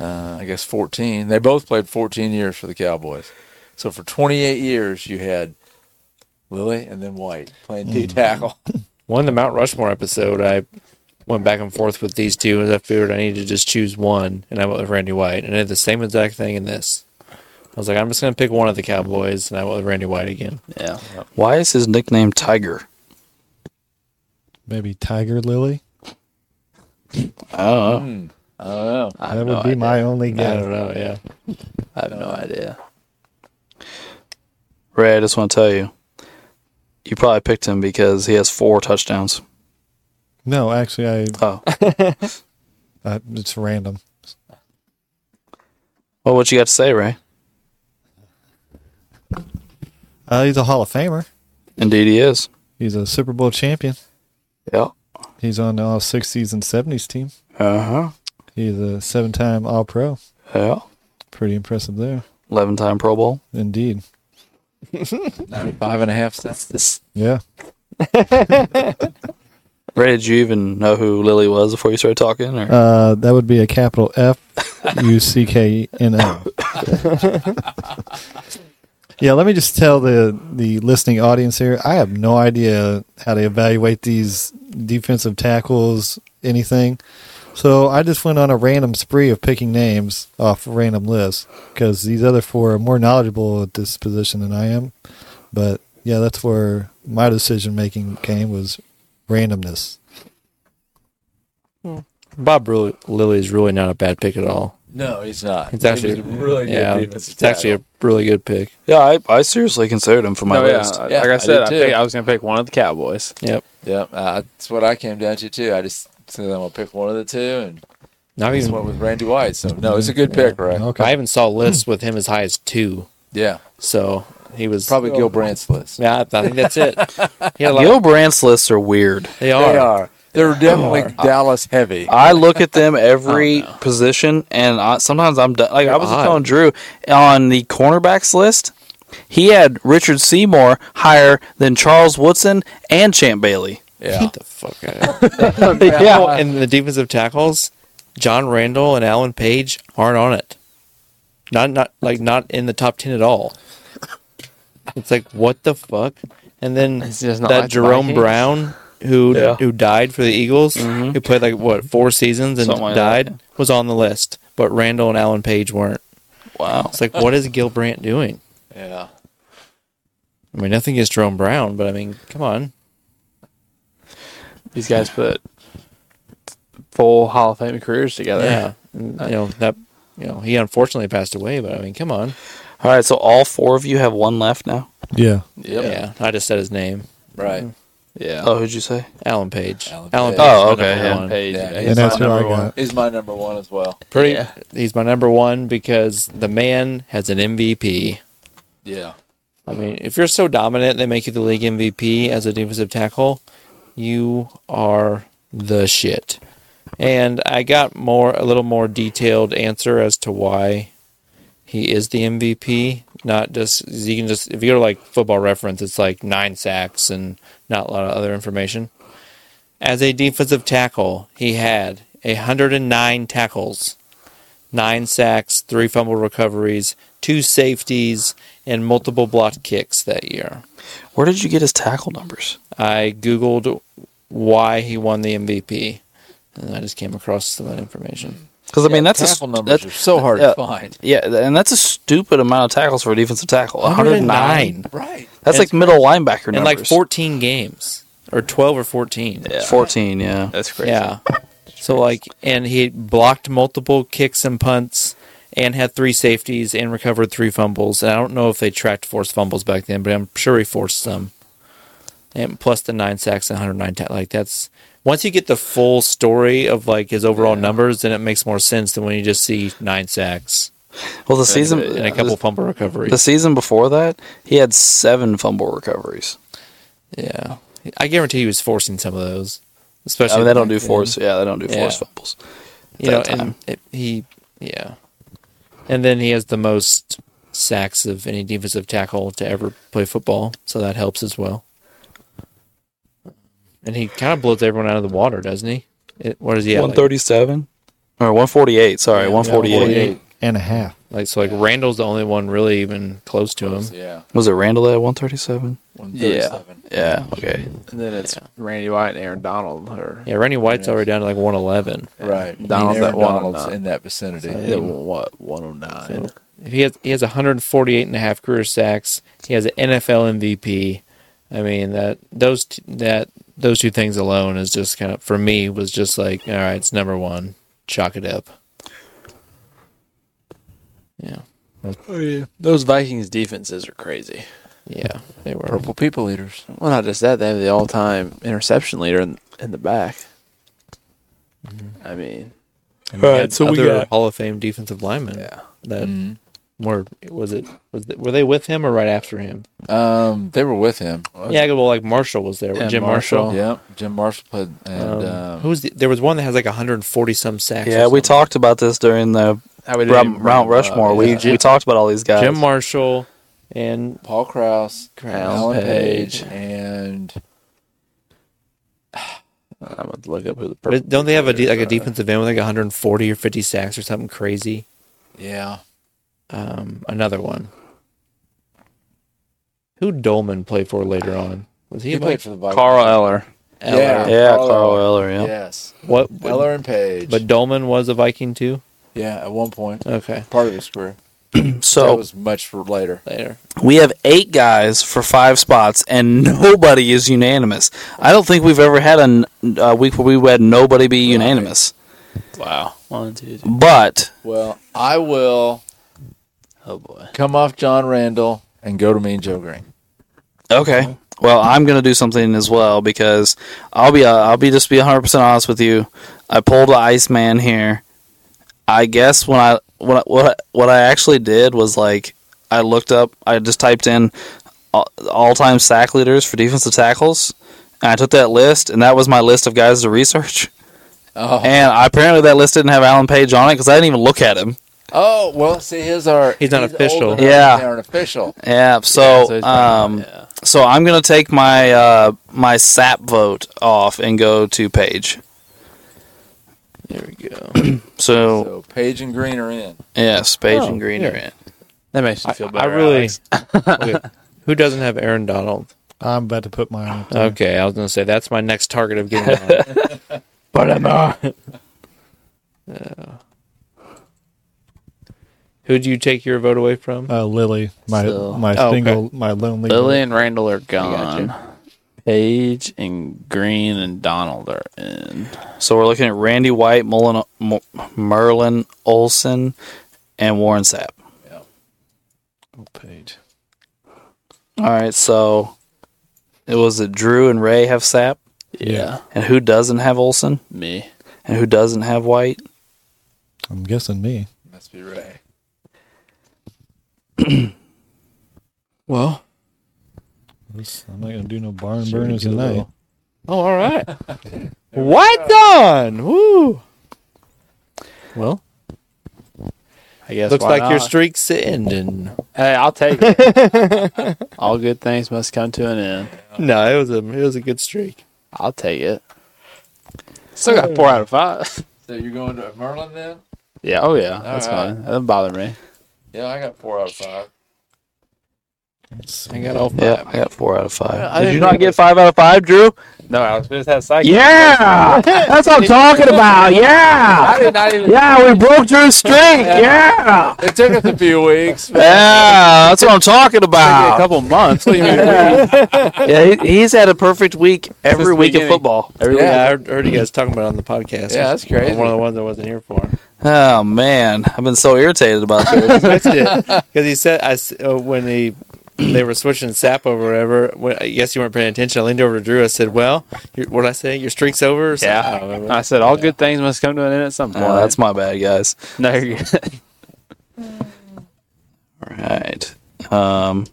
Speaker 4: uh, I guess fourteen, they both played fourteen years for the Cowboys. So for twenty-eight years, you had Lilly and then White playing D tackle.
Speaker 5: One of the Mount Rushmore episode, I went back and forth with these two, and I figured I needed to just choose one, and I went with Randy White, and I did the same exact thing in this. I was like, I'm just gonna pick one of the Cowboys, and I went with Randy White again.
Speaker 1: <coughs> Yeah. Why is his nickname Tiger?
Speaker 3: Maybe Tiger Lily.
Speaker 1: I don't know.
Speaker 4: Hmm. I don't know.
Speaker 2: I
Speaker 3: That
Speaker 2: have
Speaker 3: would
Speaker 2: no
Speaker 3: be
Speaker 2: idea.
Speaker 3: my only
Speaker 5: I
Speaker 3: guess.
Speaker 5: don't know. Yeah,
Speaker 2: I have no idea.
Speaker 1: Ray, I just want to tell you, you probably picked him because he has four touchdowns.
Speaker 3: No, actually, I.
Speaker 1: <laughs> Oh,
Speaker 3: Uh, it's random.
Speaker 1: well, what you got to say, Ray?
Speaker 3: Uh, he's a Hall of Famer.
Speaker 1: Indeed, he is.
Speaker 3: He's a Super Bowl champion.
Speaker 1: Yeah.
Speaker 3: He's on the all 60s and 70s team.
Speaker 1: Uh huh.
Speaker 3: He's a seven time All Pro.
Speaker 1: Yeah.
Speaker 3: Pretty impressive there.
Speaker 1: Eleven-time Pro Bowl.
Speaker 3: Indeed.
Speaker 4: Ninety-five and a half cents.
Speaker 2: This
Speaker 3: Yeah.
Speaker 1: Ray, did you even know who Lily was before you started talking? Or?
Speaker 3: Uh, that would be a capital F <laughs> U C K N O. Yeah, let me just tell the the listening audience here. I have no idea how to evaluate these defensive tackles, anything. So I just went on a random spree of picking names off random lists because these other four are more knowledgeable at this position than I am. But yeah, that's where my decision making came was randomness.
Speaker 5: Bob really, Lilly is really not a bad pick at all.
Speaker 4: No, he's not.
Speaker 5: It's actually
Speaker 4: He was really good.
Speaker 5: Yeah,
Speaker 4: defensive
Speaker 5: it's actually a
Speaker 4: tackle.
Speaker 5: really good pick.
Speaker 1: yeah, I, I seriously considered him for my
Speaker 2: no, Oh, yeah,
Speaker 1: list.
Speaker 2: I-
Speaker 4: Yeah,
Speaker 2: like I
Speaker 4: I
Speaker 2: said,
Speaker 4: did
Speaker 2: I,
Speaker 4: too.
Speaker 2: pick- I was gonna pick one of the Cowboys.
Speaker 5: Yep.
Speaker 4: yeah. Uh, that's what I came down to too. I just said I'm gonna pick one of the two, and
Speaker 5: Not
Speaker 4: He's
Speaker 5: even.
Speaker 4: went with Randy White, so no, it's a good pick, right?
Speaker 3: Okay.
Speaker 5: I even saw lists with him as high as two.
Speaker 4: Yeah,
Speaker 5: So he was
Speaker 4: probably Gil Brandt's list.
Speaker 5: Yeah, I, I think that's
Speaker 4: <laughs>
Speaker 5: it. He had a lot
Speaker 1: Gil Brandt's lists are weird.
Speaker 5: they
Speaker 4: They
Speaker 5: are.
Speaker 4: are. They're definitely Dallas heavy.
Speaker 1: I look at them every position, and I, sometimes I'm done. Like I was just
Speaker 5: odd.
Speaker 1: telling Drew on the cornerbacks list, he had Richard Seymour higher than Charles Woodson and Champ Bailey.
Speaker 4: Yeah,
Speaker 5: the fuck out of here. <laughs> yeah. and the defensive tackles, John Randall and Alan Page aren't on it. Not not like not in the top ten at all. It's like what the fuck? And then
Speaker 2: It's just not
Speaker 5: that
Speaker 2: like the
Speaker 5: Jerome
Speaker 2: Vikings.
Speaker 5: Brown who
Speaker 1: Yeah.
Speaker 5: who died for the Eagles, who played like what four seasons and
Speaker 1: Something like that,
Speaker 5: died, was on the list, but Randall and Alan Page weren't.
Speaker 1: Wow.
Speaker 5: It's like what is Gil Brandt doing?
Speaker 4: yeah.
Speaker 5: I mean, nothing against Jerome Brown, but I mean, come on.
Speaker 2: These guys put full Hall of Fame careers together.
Speaker 5: Yeah, And, mm, you know that. You know he unfortunately passed away, but I mean, come on.
Speaker 1: All right, so all four of you have one left now.
Speaker 3: yeah.
Speaker 4: Yep.
Speaker 5: Yeah, I just said his name,
Speaker 4: Right.
Speaker 2: yeah.
Speaker 1: Oh, who'd you say?
Speaker 5: Alan Page.
Speaker 4: Alan
Speaker 5: Alan,
Speaker 4: Page.
Speaker 5: Page.
Speaker 1: Oh,
Speaker 5: is my
Speaker 1: okay,
Speaker 5: number
Speaker 1: yeah.
Speaker 5: one.
Speaker 2: Page.
Speaker 4: Yeah.
Speaker 2: he's
Speaker 3: and
Speaker 2: my
Speaker 3: that's who I
Speaker 2: number
Speaker 3: got.
Speaker 2: one.
Speaker 4: He's my number one as well.
Speaker 5: Pretty.
Speaker 2: Yeah.
Speaker 5: He's my number one because the man has an MVP.
Speaker 4: Yeah.
Speaker 5: I mean, if you're so dominant, they make you the league MVP as a defensive tackle. You are the shit. And I got more a little more detailed answer as to why he is the MVP. Not just you can just if you go to like Football Reference, it's like nine sacks and not a lot of other information. As a defensive tackle, he had 109 tackles nine sacks, three fumble recoveries, two safeties, and multiple blocked kicks that year.
Speaker 1: Where did you get his tackle numbers?
Speaker 5: I Googled why he won the MVP, and I just came across some of that information.
Speaker 1: Because I mean, that's a
Speaker 4: tackle
Speaker 1: st-
Speaker 4: numbers
Speaker 1: that-
Speaker 4: are so hard
Speaker 1: yeah.
Speaker 4: to find.
Speaker 1: Yeah, th- and that's a stupid amount of tackles for a defensive tackle. 109.
Speaker 4: Right.
Speaker 1: That's like middle linebacker numbers.
Speaker 5: In Uh-huh. like 14 games, or 12 or 14.
Speaker 1: Yeah. 14, yeah.
Speaker 2: That's crazy.
Speaker 5: Yeah. So, like, and he blocked multiple kicks and punts and had three safeties and recovered three fumbles. And I don't know if they tracked forced fumbles back then, but I'm sure he forced some. And plus the nine sacks and 109 ta- Like, that's once you get the full story of like his overall numbers, then it makes more sense than when you just see nine sacks
Speaker 1: Well, the season
Speaker 5: and a couple
Speaker 1: the-
Speaker 5: fumble recoveries.
Speaker 1: The season before that, he had seven fumble recoveries.
Speaker 5: yeah. I guarantee he was forcing some of those,
Speaker 1: I
Speaker 5: especially.
Speaker 1: mean, they don't
Speaker 5: back
Speaker 1: do
Speaker 5: then.
Speaker 1: force. Yeah, they don't do force
Speaker 5: Yeah.
Speaker 1: fumbles. at
Speaker 5: You know,
Speaker 1: that
Speaker 5: and
Speaker 1: time.
Speaker 5: it, he, yeah, and then he has the most sacks of any defensive tackle to ever play football, so that helps as well. And he kind of blows everyone out of the water, doesn't he? It, what is he at?
Speaker 1: One
Speaker 5: like-
Speaker 1: thirty-seven or one forty-eight. Sorry,
Speaker 5: Yeah,
Speaker 1: one forty-eight.
Speaker 3: and a half.
Speaker 5: Like so, like Randall's the only one really even close to him.
Speaker 4: Yeah.
Speaker 1: Was it Randall at one thirty-seven?
Speaker 4: 137.
Speaker 1: Um, Yeah. Okay.
Speaker 2: And then it's Randy White and Aaron Donald. Or
Speaker 5: Yeah, Randy White's already down to like 111.
Speaker 4: Right.
Speaker 2: Donald's
Speaker 4: Aaron
Speaker 2: at one and
Speaker 4: Donald's
Speaker 2: nine.
Speaker 4: in that vicinity.
Speaker 2: Yeah, what 109?
Speaker 5: If he has he has 148 and a half career sacks. He has an NFL MVP. I mean that those t- that those two things alone is just kind of for me was just like all right, it's number one. Chalk it up. Yeah,
Speaker 2: Those Vikings defenses are crazy.
Speaker 5: yeah, they were.
Speaker 4: Purple people eaters.
Speaker 2: Well, not just that, they have the all-time interception leader in, in the back. I mean,
Speaker 5: And we
Speaker 1: All right,
Speaker 5: had
Speaker 1: so we
Speaker 5: other
Speaker 1: got-
Speaker 5: Hall of Fame defensive linemen.
Speaker 2: yeah.
Speaker 5: That were was it was it, were they with him or right after him?
Speaker 4: Um, they were with him.
Speaker 1: Oh,
Speaker 5: Yeah, well, like Marshall was there.
Speaker 2: And
Speaker 5: Jim Marshall.
Speaker 4: Yep. Jim Marshall played. And um,
Speaker 5: Who's the, there was one that has like 140 some sacks.
Speaker 1: Yeah,
Speaker 5: or
Speaker 1: we
Speaker 5: something.
Speaker 1: talked about this during the
Speaker 2: How we
Speaker 1: Ra- Mount Rushmore. we
Speaker 2: yeah.
Speaker 1: we talked about all these guys.
Speaker 5: Jim Marshall and
Speaker 4: Paul Krause,
Speaker 5: Krause,
Speaker 4: Alan
Speaker 5: Page.
Speaker 4: Page, and
Speaker 2: I'm gonna look up who the
Speaker 5: but don't they have a de- like a
Speaker 2: uh,
Speaker 5: defensive end with like 140 or 50 sacks or something crazy?
Speaker 4: yeah,
Speaker 5: Um, another one. Who Dolman played for later on? Was he,
Speaker 4: he
Speaker 5: like
Speaker 4: played for the Vikings.
Speaker 2: Carl Eller.
Speaker 5: Eller?
Speaker 4: yeah.
Speaker 1: Yeah,
Speaker 4: Carl
Speaker 1: Carl Eller.
Speaker 4: Eller.
Speaker 1: Yeah.
Speaker 4: Yes,
Speaker 5: What?
Speaker 4: Eller and Page.
Speaker 5: But Dolman was a Viking too.
Speaker 4: yeah, at one point,
Speaker 5: Okay,
Speaker 4: part of his career. that
Speaker 1: So
Speaker 4: was much for later.
Speaker 5: later.
Speaker 1: we have eight guys for five spots, and <laughs> nobody is unanimous. I don't think we've ever had a n- a week where we had nobody be unanimous.
Speaker 2: Wow. One, two, three.
Speaker 1: But
Speaker 4: Well, I will
Speaker 2: Oh boy.
Speaker 4: come off John Randall and go to Mean Joe Green.
Speaker 1: Okay. Well, I'm gonna do something as well because I'll be uh, I'll be just be 100 percent honest with you. I pulled the Iceman here. I guess when I what what I- what I actually did was like I looked up. I just typed in all time sack leaders for defensive tackles, and I took that list, and that was my list of guys to research.
Speaker 4: Oh,
Speaker 1: And apparently that list didn't have Alan Page on it because I didn't even look at him.
Speaker 4: oh well, see, his are
Speaker 5: He's not official.
Speaker 4: old enough
Speaker 1: Yeah.
Speaker 4: they aren't official.
Speaker 1: Yeah. So,
Speaker 2: so it's not-
Speaker 1: um,
Speaker 2: yeah.
Speaker 1: so I'm gonna take my uh, my sap vote off and go to Page.
Speaker 5: There we go.
Speaker 1: <clears throat> So,
Speaker 4: So Page and Green are in.
Speaker 1: yes, Page
Speaker 5: Oh,
Speaker 1: and Green
Speaker 5: yeah.
Speaker 1: are in.
Speaker 2: That makes
Speaker 5: I,
Speaker 2: me feel
Speaker 5: I
Speaker 2: better.
Speaker 5: really.
Speaker 2: Alex.
Speaker 5: <laughs> Okay. Who doesn't have Aaron Donald?
Speaker 3: I'm about to put mine up. there.
Speaker 5: Okay, I was gonna say that's my next target of getting on.
Speaker 2: But I'm not.
Speaker 5: Who do Uh, you take your vote away from?
Speaker 3: Uh, Lily, my
Speaker 2: So-
Speaker 3: my
Speaker 5: Oh, okay.
Speaker 3: single, my lonely.
Speaker 2: Lily and Randall are
Speaker 4: got you.
Speaker 2: gone. Page and Green and Donald are in.
Speaker 1: So we're looking at Randy White, Mullen, M- Merlin Olson, and Warren Sapp.
Speaker 4: Page.
Speaker 1: All right, so it was that Drew and Ray have Sapp,
Speaker 2: Yeah.
Speaker 1: and who doesn't have Olson,
Speaker 2: Me.
Speaker 1: and who doesn't have White?
Speaker 3: I'm guessing me.
Speaker 4: Must be Ray.
Speaker 2: Well.
Speaker 3: This- I'm not gonna do no barn burners tonight.
Speaker 5: Oh, all right. what on? Woo. Well,
Speaker 2: I guess.
Speaker 5: looks
Speaker 2: why
Speaker 5: like your
Speaker 2: not?
Speaker 5: streak's ending.
Speaker 2: Hey, I'll take it. <laughs> All good things must come to an end.
Speaker 5: No, it was a it was a good streak.
Speaker 2: I'll take it. Still got four out of five.
Speaker 4: So you're going to Merlin then?
Speaker 2: Yeah. Oh yeah. That's
Speaker 4: right.
Speaker 2: fine. That doesn't bother me.
Speaker 4: Yeah, I got four out of five.
Speaker 5: I got all five.
Speaker 1: Yeah, I got four out of
Speaker 2: I
Speaker 1: five. Did you
Speaker 2: didn't
Speaker 1: not
Speaker 2: think
Speaker 1: get five out of five, Drew?
Speaker 2: No, Alex, we just had psychic.
Speaker 1: Yeah, that's what I'm talking about. Yeah,
Speaker 4: I did not even.
Speaker 1: yeah, we broke Drew's streak. Yeah,
Speaker 4: It took us a few weeks. but-
Speaker 1: yeah, that's what I'm talking
Speaker 2: A
Speaker 1: about.
Speaker 2: couple months. What do you mean?
Speaker 1: Yeah, he, he's had a perfect week every
Speaker 2: Since
Speaker 1: week of
Speaker 2: beginning.
Speaker 1: football.
Speaker 5: Every
Speaker 4: Yeah.
Speaker 5: week I heard, heard you guys talking about it on the podcast.
Speaker 4: Yeah, that's crazy.
Speaker 5: I'm one of the ones I wasn't here for. <laughs>
Speaker 1: Oh man, I've been so irritated about this.
Speaker 5: Missed
Speaker 2: <laughs>
Speaker 5: it because he said I s- uh, when he they were switching sap over whatever. When, I guess you weren't paying attention. I leaned over to Drew. I said, "Well, your, what did I say? Your streak's over." or something? I don't
Speaker 2: <laughs> Yeah. Uh,
Speaker 5: remember.
Speaker 2: I said all good things must come to an end at some point.
Speaker 1: Oh, that's my bad, guys.
Speaker 2: <laughs> no. You're good.
Speaker 1: All right. Um,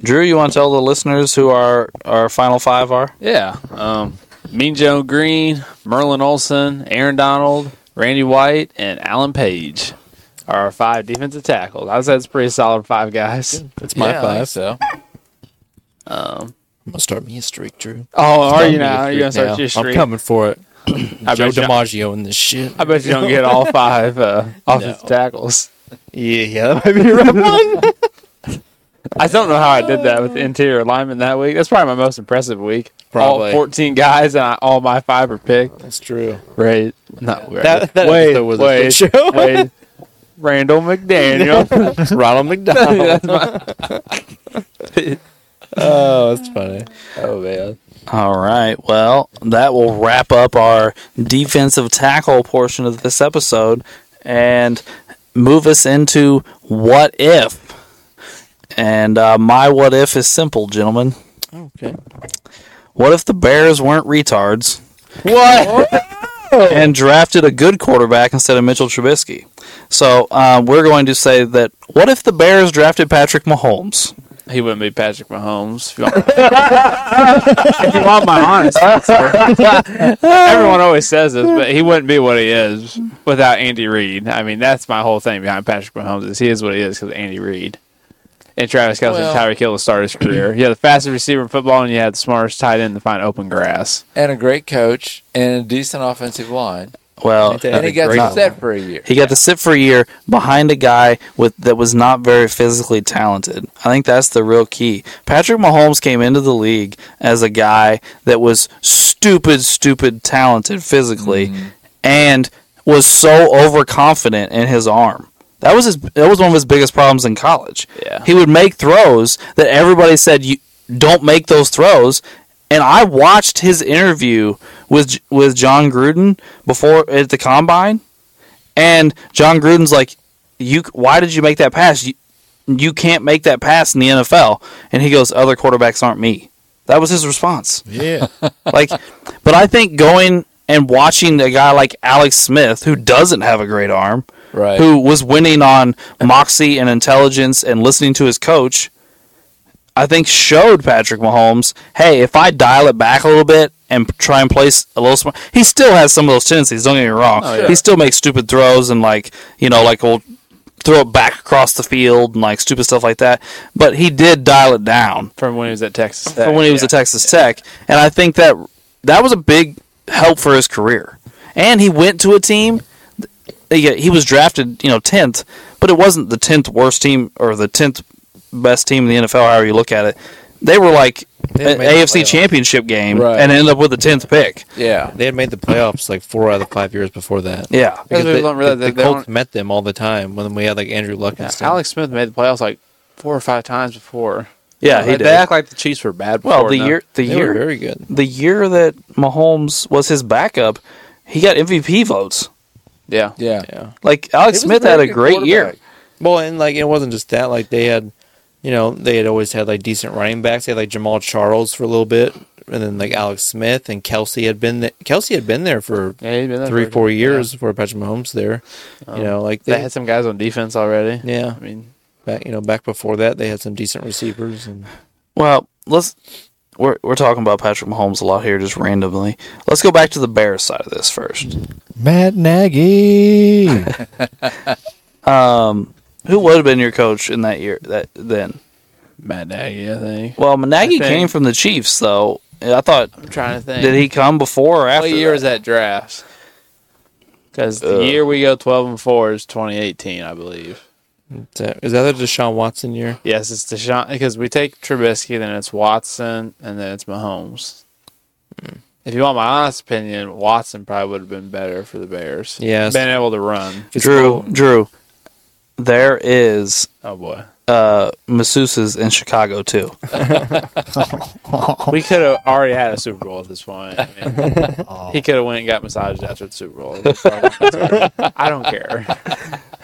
Speaker 1: Drew, you want to tell the listeners who our our final five are?
Speaker 2: Yeah. Um, mean Joe Green, Merlin Olson, Aaron Donald, Randy White, and Alan Page are our five defensive tackles. I would say it's a pretty solid five guys.
Speaker 4: It's
Speaker 5: my
Speaker 4: I
Speaker 5: five.
Speaker 4: think so.
Speaker 5: I'm gonna start me a streak, Drew.
Speaker 2: Oh, are you
Speaker 5: Start me a
Speaker 2: now? Are you
Speaker 5: streak
Speaker 2: gonna start
Speaker 5: now.
Speaker 2: your
Speaker 5: I'm
Speaker 2: streak?
Speaker 5: coming for it.
Speaker 2: I
Speaker 5: Joe
Speaker 2: bet, you,
Speaker 5: DiMaggio in this shit.
Speaker 2: I bet you don't get all five
Speaker 5: <laughs>
Speaker 2: uh, offensive tackles.
Speaker 5: Yeah,
Speaker 2: <laughs>
Speaker 5: yeah, that might be a rough one.
Speaker 2: I don't know how I did that with the interior alignment that week. That's probably my most impressive week.
Speaker 5: Probably.
Speaker 2: All 14 guys and I, all my five are picked. <laughs>
Speaker 5: That's true.
Speaker 2: Right. Not Ray.
Speaker 5: That- that
Speaker 2: Wade,
Speaker 5: episode was a
Speaker 2: Wade,
Speaker 5: shit show.
Speaker 2: Wade, <laughs> Randall McDaniel.
Speaker 5: Ronald McDonald. <laughs> oh, that's funny.
Speaker 2: oh, man.
Speaker 1: All right. Well, that will wrap up our defensive tackle portion of this episode and move us into what if. And uh, my what if is simple, gentlemen.
Speaker 5: Okay.
Speaker 1: What if the Bears weren't retards
Speaker 2: What?
Speaker 1: and drafted a good quarterback instead of Mitchell Trubisky? So uh, we're going to say that what if the Bears drafted Patrick Mahomes?
Speaker 2: <laughs> He wouldn't be Patrick Mahomes. If you want, if you want my honest answer. <laughs> Everyone always says this, but he wouldn't be what he is without Andy Reid. I mean, that's my whole thing behind Patrick Mahomes is he is what he is because Andy Reid. And Travis Kelsey
Speaker 4: Well-
Speaker 2: and Tyreek Hill to start his career. You had the fastest receiver in football, and you had the smartest tight end to find open grass.
Speaker 4: And a great coach and a decent offensive line.
Speaker 1: Well,
Speaker 5: They
Speaker 4: And
Speaker 5: had a
Speaker 4: he got
Speaker 5: great
Speaker 4: to
Speaker 5: line.
Speaker 4: set for a year.
Speaker 1: He got to sit for a year behind a guy with that was not very physically talented. I think that's the real key. Patrick Mahomes came into the league as a guy that was stupid, stupid talented physically, and was so overconfident in his arm. That was his. That was one of his biggest problems in college.
Speaker 2: Yeah.
Speaker 1: He would make throws that everybody said you don't make those throws. And I watched his interview with with John Gruden before at the combine, and John Gruden's like, "You, why did you make that pass? You, you can't make that pass in the NFL." And he goes, "Other quarterbacks aren't me." That was his response
Speaker 5: <laughs>
Speaker 3: Yeah.
Speaker 1: like but i think going and watching a guy like alex smith who doesn't have a great arm
Speaker 4: Right.
Speaker 1: who was winning on moxie and intelligence and listening to his coach i think showed patrick mahomes hey if i dial it back a little bit and p- try and place a little smart he still has some of those tendencies don't get me wrong he still makes stupid throws and like you know like old throw it back across the field and like stupid stuff like that but he did dial it down
Speaker 2: From when he was at Texas Tech.
Speaker 1: from when he was at Texas Tech, and I think that that was a big help for his career. And he went to a team. yeah, He was drafted, you know, tenth, but it wasn't the tenth worst team or the tenth best team in the NFL. However you look at it, they were like
Speaker 5: They
Speaker 1: an
Speaker 5: made the
Speaker 1: AFC
Speaker 5: playoffs.
Speaker 1: Championship game
Speaker 4: Right.
Speaker 1: and ended up with the tenth pick.
Speaker 4: Yeah.
Speaker 5: They had made the playoffs like four out of the five years before that.
Speaker 1: Yeah,
Speaker 5: Because
Speaker 2: Because people
Speaker 5: the,
Speaker 2: don't realize
Speaker 5: the-
Speaker 2: that they
Speaker 5: the Colts
Speaker 2: don't-
Speaker 5: met them all the time when we had like Andrew Luck and stuff.
Speaker 2: Alex Smith made the playoffs like four or five times before.
Speaker 1: yeah,
Speaker 2: Like,
Speaker 1: he did.
Speaker 2: They act like the Chiefs were bad. Before,
Speaker 1: well, the
Speaker 2: no.
Speaker 1: year, the
Speaker 5: they
Speaker 1: year,
Speaker 5: were very good.
Speaker 1: the year that Mahomes was his backup, he got MVP votes.
Speaker 2: yeah,
Speaker 4: Yeah.
Speaker 5: Yeah.
Speaker 1: Like Alex
Speaker 4: He was
Speaker 1: Smith
Speaker 4: very
Speaker 1: had a
Speaker 4: good
Speaker 1: great year.
Speaker 4: quarterback.
Speaker 5: Well, and like it wasn't just that. Like they had, you know, they had always had like decent running backs. They had like Jamal Charles for a little bit, and then like Alex Smith and Kelsey had been there. Kelsey had been there for
Speaker 2: yeah he'd been there
Speaker 5: three,
Speaker 2: for-
Speaker 5: four
Speaker 2: yeah. Um,
Speaker 5: years before Patrick Mahomes there. you know, like
Speaker 2: They
Speaker 5: they,
Speaker 2: had some guys on defense already.
Speaker 5: yeah.
Speaker 2: I mean,
Speaker 5: Back you know back before that, they had some decent receivers and
Speaker 1: Well, let's we're we're talking about Patrick Mahomes a lot here, just randomly. Let's go back to the Bears side of this first.
Speaker 3: Matt Nagy.
Speaker 5: <laughs>
Speaker 1: Who would have been your coach in that year? That then?
Speaker 2: Matt Nagy, I think.
Speaker 1: Well, Nagy
Speaker 2: think-
Speaker 1: came from the Chiefs, though. I thought
Speaker 2: I'm trying to think.
Speaker 1: did he come before or after?
Speaker 2: What year
Speaker 1: that?
Speaker 2: is that draft? Because the
Speaker 1: Ugh.
Speaker 2: year we go 12 and four is 2018, I believe.
Speaker 5: so, is that the Deshaun Watson year?
Speaker 2: Yes, it's Deshaun because we take Trubisky, then it's Watson, and then it's Mahomes. If you want my honest opinion, Watson probably would have been better for the Bears.
Speaker 5: Yes.
Speaker 2: been able to run.
Speaker 1: Drew, Drew, there is
Speaker 2: Oh boy,
Speaker 1: uh masseuses in Chicago too.
Speaker 2: we could have already had a Super Bowl at this point. I mean, He could have went and got massaged after the Super Bowl. That's all- I don't care.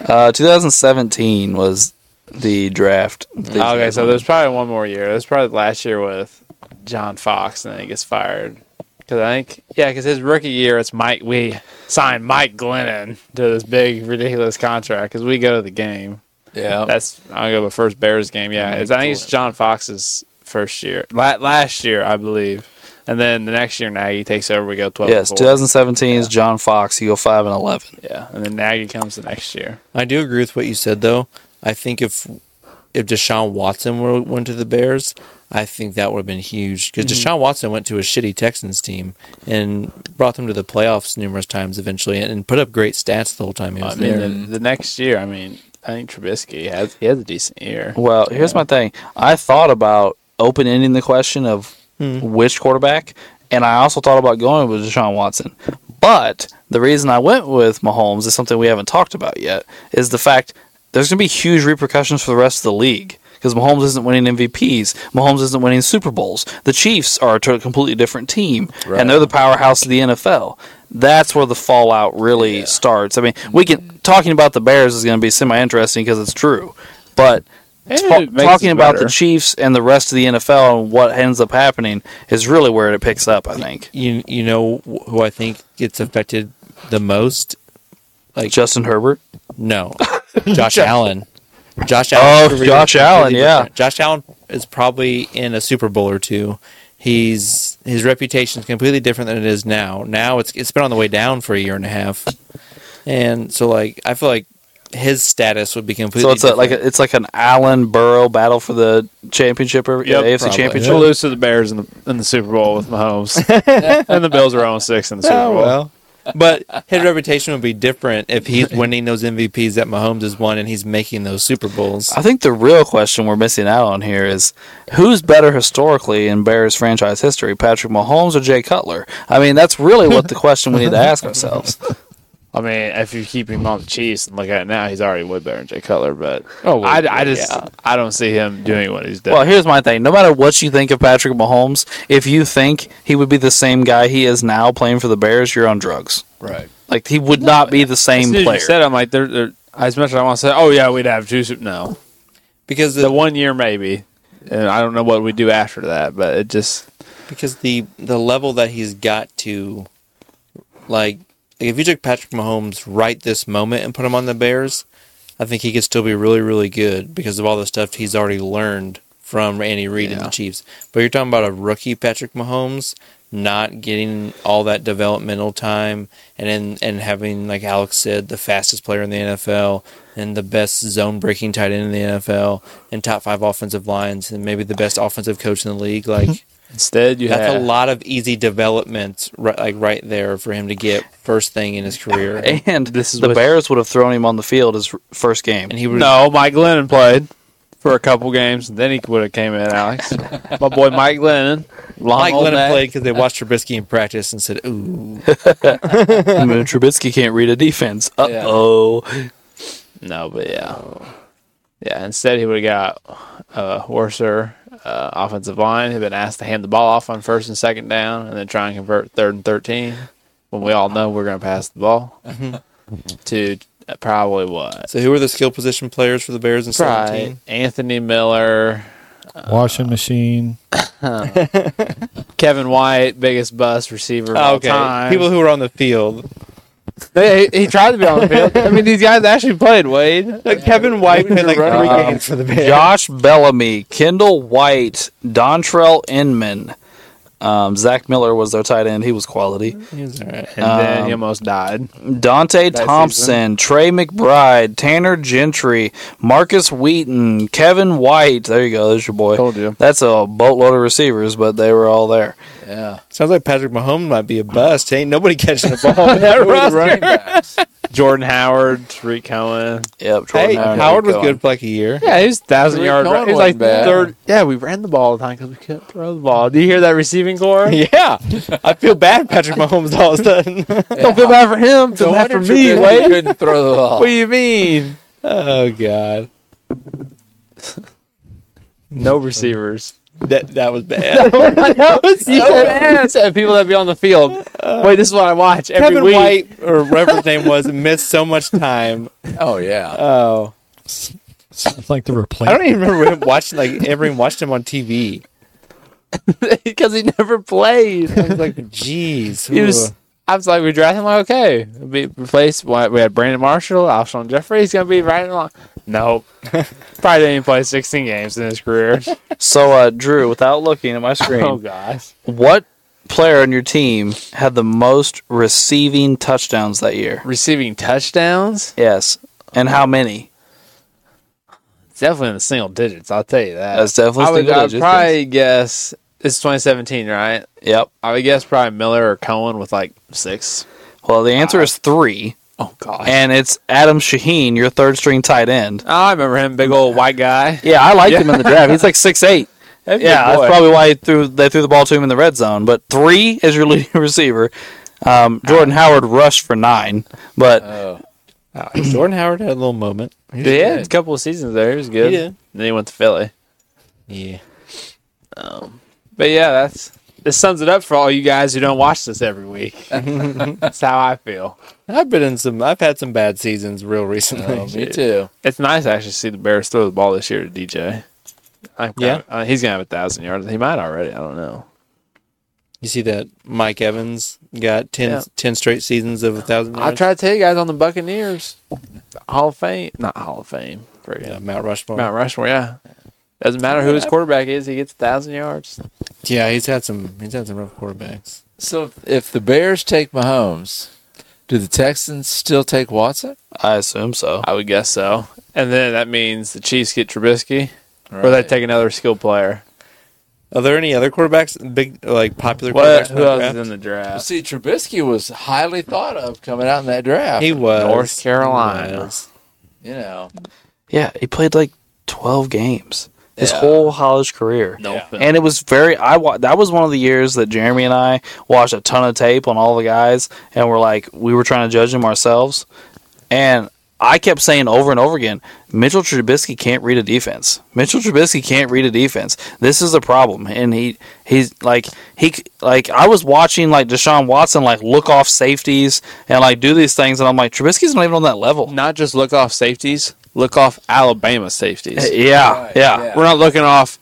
Speaker 1: Uh, 2017 was the draft.
Speaker 2: Oh, Okay, so there's probably one more year. There's probably last year with John Fox, and then he gets fired. Because I think, yeah, because his rookie year, it's Mike. We signed Mike Glennon to this big ridiculous contract because we go to the game.
Speaker 4: Yeah.
Speaker 2: That's I go the first Bears game. Yeah, it's, I think it's John Fox's first year, La- last year I believe, and then the next year Nagy takes over. We go twelve.
Speaker 1: Yes,
Speaker 2: and 4.
Speaker 1: 2017 is John Fox. He go five and eleven.
Speaker 2: Yeah, and then Nagy comes the next year.
Speaker 5: I do agree with what you said, though. I think if if Deshaun Watson were, went to the Bears, I think that would have been huge because
Speaker 2: Mm-hmm.
Speaker 5: Deshaun Watson went to a shitty Texans team and brought them to the playoffs numerous times eventually, and, and put up great stats the whole time he was
Speaker 2: I mean, the,
Speaker 5: there.
Speaker 2: the next year. I mean, I think Trubisky has he has a decent year.
Speaker 1: Well, here's my thing. I thought about open ending the question of which quarterback, and I also thought about going with Deshaun Watson. But the reason I went with Mahomes is something we haven't talked about yet. Is the fact there's going to be huge repercussions for the rest of the league because Mahomes isn't winning MVPs. Mahomes isn't winning Super Bowls. The Chiefs are a to- completely different team,
Speaker 4: Right.
Speaker 1: and they're the powerhouse of the NFL. That's where the fallout really starts. I mean, we can talking about the Bears is going to be semi interesting because it's true, but
Speaker 2: And
Speaker 1: Ta-
Speaker 2: it makes
Speaker 1: talking
Speaker 2: us
Speaker 1: about the
Speaker 2: better.
Speaker 1: Chiefs and the rest of the NFL and what ends up happening is really where it picks up. I think
Speaker 5: You you know wh- who I think gets affected the most? Like
Speaker 1: Justin Herbert.
Speaker 2: <laughs>
Speaker 5: no, Josh Allen. Josh
Speaker 1: Oh,
Speaker 5: Allen.
Speaker 1: Josh Allen, yeah.
Speaker 5: Josh Allen is probably in a Super Bowl or two. He's his reputation is completely different than it is now. Now it's it's been on the way down for a year and a half, and so like I feel like his status would be completely.
Speaker 1: So it's a, like
Speaker 5: different.
Speaker 1: a, it's like an Allen Burrow battle for the championship or
Speaker 2: Yep,
Speaker 1: AFC
Speaker 2: probably.
Speaker 1: championship.
Speaker 2: He'll lose to the Bears in the in the Super Bowl with
Speaker 1: <laughs>
Speaker 2: Mahomes, and the Bills are on six in the Super
Speaker 5: Oh,
Speaker 2: Bowl.
Speaker 5: well. but his reputation would be different if he's winning those MVPs that Mahomes has won and he's making those Super Bowls.
Speaker 1: I think the real question we're missing out on here is who's better historically in Bears franchise history, Patrick Mahomes or Jay Cutler? I mean, that's really what the question we need to ask
Speaker 2: <laughs>
Speaker 1: ourselves.
Speaker 2: I mean, if you keep him on the Chiefs and look at it now, he's already way better than Jay Cutler. But oh,
Speaker 5: well,
Speaker 2: I, I just I don't see him doing what he's doing.
Speaker 1: Well, here's my thing. No matter what you think of Patrick Mahomes, if you think he would be the same guy he is now playing for the Bears, you're on drugs.
Speaker 4: Right.
Speaker 1: Like he would not be the same
Speaker 2: as soon as
Speaker 1: player.
Speaker 2: you said, it, I'm like, they're, they're, as much as I want to say, oh yeah, we'd have two. Sup-" No,
Speaker 5: Because
Speaker 2: the one year maybe, and I don't know what we do after that. But it just
Speaker 5: because the the level that he's got to, like, if you took Patrick Mahomes right this moment and put him on the Bears, I think he could still be really, really good because of all the stuff he's already learned from Andy Reid and the Chiefs. But you're talking about a rookie Patrick Mahomes not getting all that developmental time and then and having like Alex said the fastest player in the NFL and the best zone breaking tight end in the NFL and top 5 offensive lines and maybe the best offensive coach in the league like
Speaker 2: instead you
Speaker 5: that's
Speaker 2: have
Speaker 5: a lot of easy development, right, like right there for him to get first thing in his career.
Speaker 1: and
Speaker 2: This is
Speaker 1: the
Speaker 2: what-
Speaker 1: Bears would have thrown him on the field his r- first game.
Speaker 5: And he was
Speaker 2: No, Mike Glennon played for a couple games, and then he would have came in. <laughs> Alex, my boy Mike Glennon, long
Speaker 5: Mike
Speaker 2: old
Speaker 5: Lennon
Speaker 2: neck.
Speaker 5: played because they watched Trubisky in practice and said, "Ooh,
Speaker 1: I mean, Trubisky can't read a defense. Uh oh.
Speaker 2: No, but yeah, yeah. Instead, he would have got uh, Worser uh, offensive line. He'd been asked to hand the ball off on first and second down, and then try and convert third and thirteen. When we all know we're going to pass the ball to uh, probably what?
Speaker 5: so who are the skill position players for the Bears in
Speaker 2: Right,
Speaker 5: 17?
Speaker 2: Anthony Miller,
Speaker 3: Washing machine.
Speaker 2: Kevin White, biggest bust receiver of all time.
Speaker 5: people who were on the field.
Speaker 2: They, he tried to be on the field. I mean, these guys actually played Wade.
Speaker 5: Like Kevin White played like three games for the Bears.
Speaker 1: Josh Bellamy, Kendall White, Dontrell Inman. Um, Zach Miller was their tight end. He was quality.
Speaker 5: He was all right.
Speaker 2: And then he almost <laughs> died.
Speaker 1: Dante
Speaker 2: That
Speaker 1: Thompson, Trey McBride, Tanner Gentry, Marcus Wheaton, Kevin White. There you go. There's your boy.
Speaker 2: Told you.
Speaker 1: That's a boatload of receivers, but they were all there.
Speaker 4: Yeah.
Speaker 5: Sounds like Patrick Mahomes might be a bust. Ain't nobody catching the ball. on that
Speaker 2: Who were the
Speaker 5: roster.
Speaker 2: running backs? Jordan Howard, Tariq Cohen.
Speaker 1: Yep. Jordan
Speaker 5: <laughs> Hey,
Speaker 1: Howard.
Speaker 5: Howard was good for like a year.
Speaker 2: Yeah, he was thousand
Speaker 4: Tariq
Speaker 2: yard.
Speaker 4: Cohen
Speaker 2: Cohen he was like
Speaker 4: wasn't bad.
Speaker 2: third. Yeah, we ran the ball all the time because we couldn't throw the ball. Do you hear that receiving core?
Speaker 5: Yeah, I feel bad Patrick Mahomes all of a sudden. <laughs>
Speaker 2: Don't feel bad for him. Feel
Speaker 4: No
Speaker 2: bad
Speaker 4: wonder
Speaker 2: for me.
Speaker 4: Trubisky
Speaker 2: Wade.
Speaker 4: couldn't throw the ball.
Speaker 2: <laughs> What do you mean?
Speaker 5: oh God,
Speaker 2: No receivers.
Speaker 5: that that was bad.
Speaker 2: <laughs> you said, said people that be on the field. Wait, this is what I watch every
Speaker 5: <laughs> Kevin
Speaker 2: week. <laughs>
Speaker 5: White or whatever his name was missed so much time.
Speaker 4: Oh yeah.
Speaker 5: Oh,
Speaker 3: It's like the
Speaker 5: I don't
Speaker 3: replacement.
Speaker 5: even remember <laughs> him watching like everyone watched him on TV.
Speaker 2: because he never played. <laughs>
Speaker 5: I was like, jeez,
Speaker 2: He was. I was like, we draft him like okay. We replaced. We had Brandon Marshall, Alshon Jeffrey. He's gonna be right along. <laughs> Nope. Probably didn't even play 16 games in his <laughs> career.
Speaker 1: So, uh, Drew, without looking at my screen,
Speaker 2: <laughs> oh, gosh.
Speaker 1: what player on your team had the most receiving touchdowns that year?
Speaker 2: Receiving touchdowns?
Speaker 1: Yes. And how many?
Speaker 2: It's definitely in the single digits, I'll tell you that.
Speaker 1: That's definitely
Speaker 2: I would,
Speaker 1: single
Speaker 2: I would
Speaker 1: digits,
Speaker 2: probably guess it's 2017, right?
Speaker 1: Yep.
Speaker 2: I would guess probably Miller or Cohen with like six.
Speaker 1: Well, the answer is three,
Speaker 2: Oh, gosh.
Speaker 1: and it's Adam Shaheen, your third string tight end.
Speaker 2: Oh, I remember him, big old white guy.
Speaker 1: Yeah, I liked him in the draft. He's like six eight. <laughs> yeah,
Speaker 2: boy.
Speaker 1: that's probably why he threw, they threw the ball to him in the red zone. But three is your leading <laughs> receiver. Um, Jordan Howard rushed for nine, but
Speaker 4: Oh,
Speaker 5: Uh, Jordan Howard had a little moment.
Speaker 2: Yeah, he had a couple of seasons there. He was good.
Speaker 5: He did.
Speaker 2: Then he went to Philly.
Speaker 5: Yeah.
Speaker 2: But yeah, that's this sums it up for all you guys who don't watch this every week. <laughs> that's how I feel.
Speaker 5: I've been in some. I've had some bad seasons real recently.
Speaker 2: Um,
Speaker 4: oh, me too.
Speaker 2: It's nice to actually see the Bears throw the ball this year to DJ. I'm
Speaker 5: Yeah.
Speaker 2: uh, he's gonna have a thousand yards. He might already. I don't know.
Speaker 5: You see that Mike Evans got 10,
Speaker 2: Yeah.
Speaker 5: 10 straight seasons of a thousand yards.
Speaker 2: I tried to tell you guys on the Buccaneers Hall of Fame, not Hall of Fame. Friggin'
Speaker 5: Yeah, Mount Rushmore.
Speaker 2: Mount Rushmore. Yeah, doesn't matter who his quarterback is. He gets a thousand yards.
Speaker 5: Yeah, he's had some. He's had some rough quarterbacks.
Speaker 4: So if the Bears take Mahomes, do the Texans still take Watson?
Speaker 1: I assume so.
Speaker 2: I would guess so. And then that means the Chiefs get Trubisky, or they
Speaker 4: Right.
Speaker 2: take another skilled player.
Speaker 5: Are there any other quarterbacks? Big like popular
Speaker 2: What?
Speaker 5: quarterbacks.
Speaker 2: Who else is in the draft?
Speaker 4: See, Trubisky was highly thought of coming out in that draft.
Speaker 5: He was
Speaker 2: North Carolina.
Speaker 5: He was.
Speaker 4: you know,
Speaker 1: Yeah, he played like twelve games his whole college career.
Speaker 2: No film.
Speaker 1: and it was very. I wa- that was one of the years that Jeremy and I watched a ton of tape on all the guys, and we're like, we were trying to judge them ourselves, and. I kept saying over and over again, Mitchell Trubisky can't read a defense. Mitchell Trubisky can't read a defense. This is a problem, and he he's like he c- like I was watching like Deshaun Watson like look off safeties and like do these things, and I'm like Trubisky's not even on that level.
Speaker 2: Not just look off safeties. Look off Alabama safeties.
Speaker 1: Yeah,
Speaker 4: Right,
Speaker 1: yeah,
Speaker 4: yeah.
Speaker 2: We're not looking off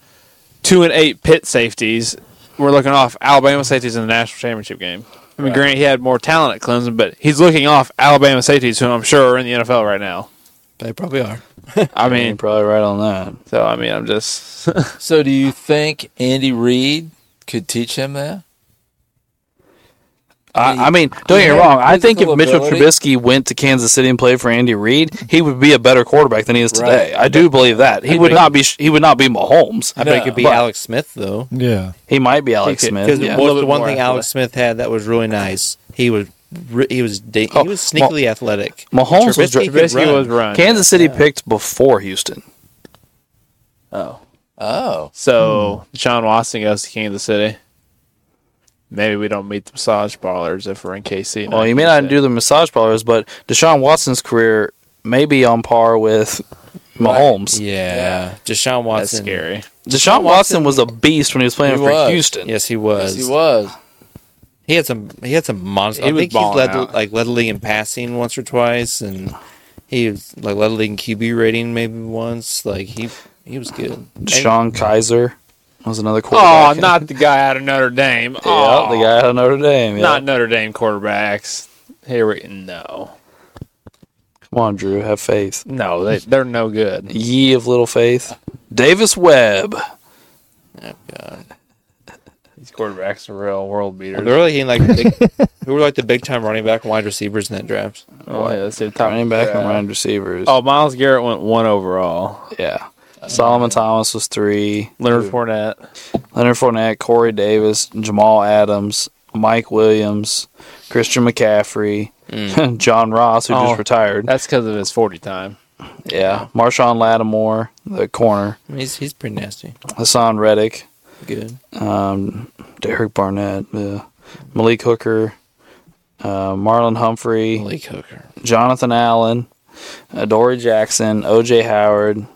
Speaker 2: two and eight pit safeties. We're looking off Alabama safeties in the national championship game. I mean, granted, he had more talent at Clemson, but he's looking off Alabama safeties, who I'm sure are in the NFL right now.
Speaker 5: They probably are.
Speaker 2: I
Speaker 1: You're
Speaker 2: mean,
Speaker 1: probably right on that.
Speaker 2: so I mean, I'm just <laughs>
Speaker 4: so do you think Andy Reid could teach him that?
Speaker 1: I, I mean,
Speaker 4: I
Speaker 1: don't get me
Speaker 4: mean,
Speaker 1: wrong. I think if
Speaker 4: physical
Speaker 1: Mitchell
Speaker 4: ability-
Speaker 1: Trubisky went to Kansas City and played for Andy Reid, he would be a better quarterback than he is today.
Speaker 4: Right.
Speaker 1: I do believe that he would
Speaker 2: think-
Speaker 1: not be. He would not be Mahomes.
Speaker 5: I bet it
Speaker 4: No,
Speaker 5: could be
Speaker 1: but-
Speaker 5: Alex Smith though,
Speaker 3: Yeah.
Speaker 1: He might be Alex
Speaker 2: could-
Speaker 1: Smith.
Speaker 5: because
Speaker 1: yeah.
Speaker 2: more-
Speaker 5: the one
Speaker 2: more
Speaker 5: thing Alex Smith had that was really nice. He was re- he was da-
Speaker 1: Oh,
Speaker 5: he was sneakily athletic.
Speaker 1: Mahomes was dr-
Speaker 5: could
Speaker 2: Trubisky
Speaker 5: run.
Speaker 2: was run.
Speaker 1: Kansas City picked before Houston.
Speaker 2: oh,
Speaker 4: Oh,
Speaker 2: so Sean Watson goes to Kansas City. Maybe we don't meet the massage parlors if we're in KC.
Speaker 1: Well, Oh, you may not do the massage parlors, but Deshaun Watson's career may be on par with Mahomes.
Speaker 5: Yeah.
Speaker 4: Yeah.
Speaker 5: Deshaun
Speaker 2: That's
Speaker 5: Watson.
Speaker 2: scary.
Speaker 1: Deshaun Watson was a beast when he was playing
Speaker 4: He
Speaker 1: for
Speaker 4: was.
Speaker 1: Houston.
Speaker 5: Yes, he was.
Speaker 4: yes, he was.
Speaker 5: He had some. He had some monster.
Speaker 2: He
Speaker 5: I
Speaker 2: was
Speaker 5: think he's
Speaker 2: balling
Speaker 5: led
Speaker 2: out.
Speaker 5: like led the league in passing once or twice, and he was like led the league in QB rating maybe once. Like he he was good.
Speaker 1: Deshaun Kaiser was another
Speaker 2: Oh,
Speaker 1: quarterback.
Speaker 2: not the guy out of Notre
Speaker 1: <laughs>
Speaker 2: Dame.
Speaker 1: yeah,
Speaker 2: oh,
Speaker 1: the guy out of Notre Dame. Yeah.
Speaker 2: not Notre Dame quarterbacks. Here we no,
Speaker 1: Come on, Drew, have faith.
Speaker 2: no, they they're no good.
Speaker 1: Ye of little faith. Davis Webb.
Speaker 2: These quarterbacks are real world beaters.
Speaker 5: And they're really hitting, like big, <laughs> who were like the big time running back and wide receivers in that draft.
Speaker 2: Oh, yeah, let's see the top
Speaker 1: Running back and wide receivers.
Speaker 2: Oh, Miles Garrett went one overall.
Speaker 1: yeah. Solomon Thomas was three.
Speaker 2: Leonard Fournette.
Speaker 1: Leonard Fournette, Corey Davis, Jamal Adams, Mike Williams, Christian McCaffrey, <laughs> John Ross, who
Speaker 2: Oh.
Speaker 1: just retired.
Speaker 2: That's because of his forty time.
Speaker 1: Yeah. Marshawn Lattimore, the corner.
Speaker 5: I mean, he's he's pretty nasty.
Speaker 1: Hassan Reddick,
Speaker 5: Good.
Speaker 1: um, Derek Barnett, yeah. Malik Hooker, uh, Marlon Humphrey.
Speaker 5: Malik Hooker.
Speaker 1: Jonathan Allen, Adoree Jackson, OJ Howard,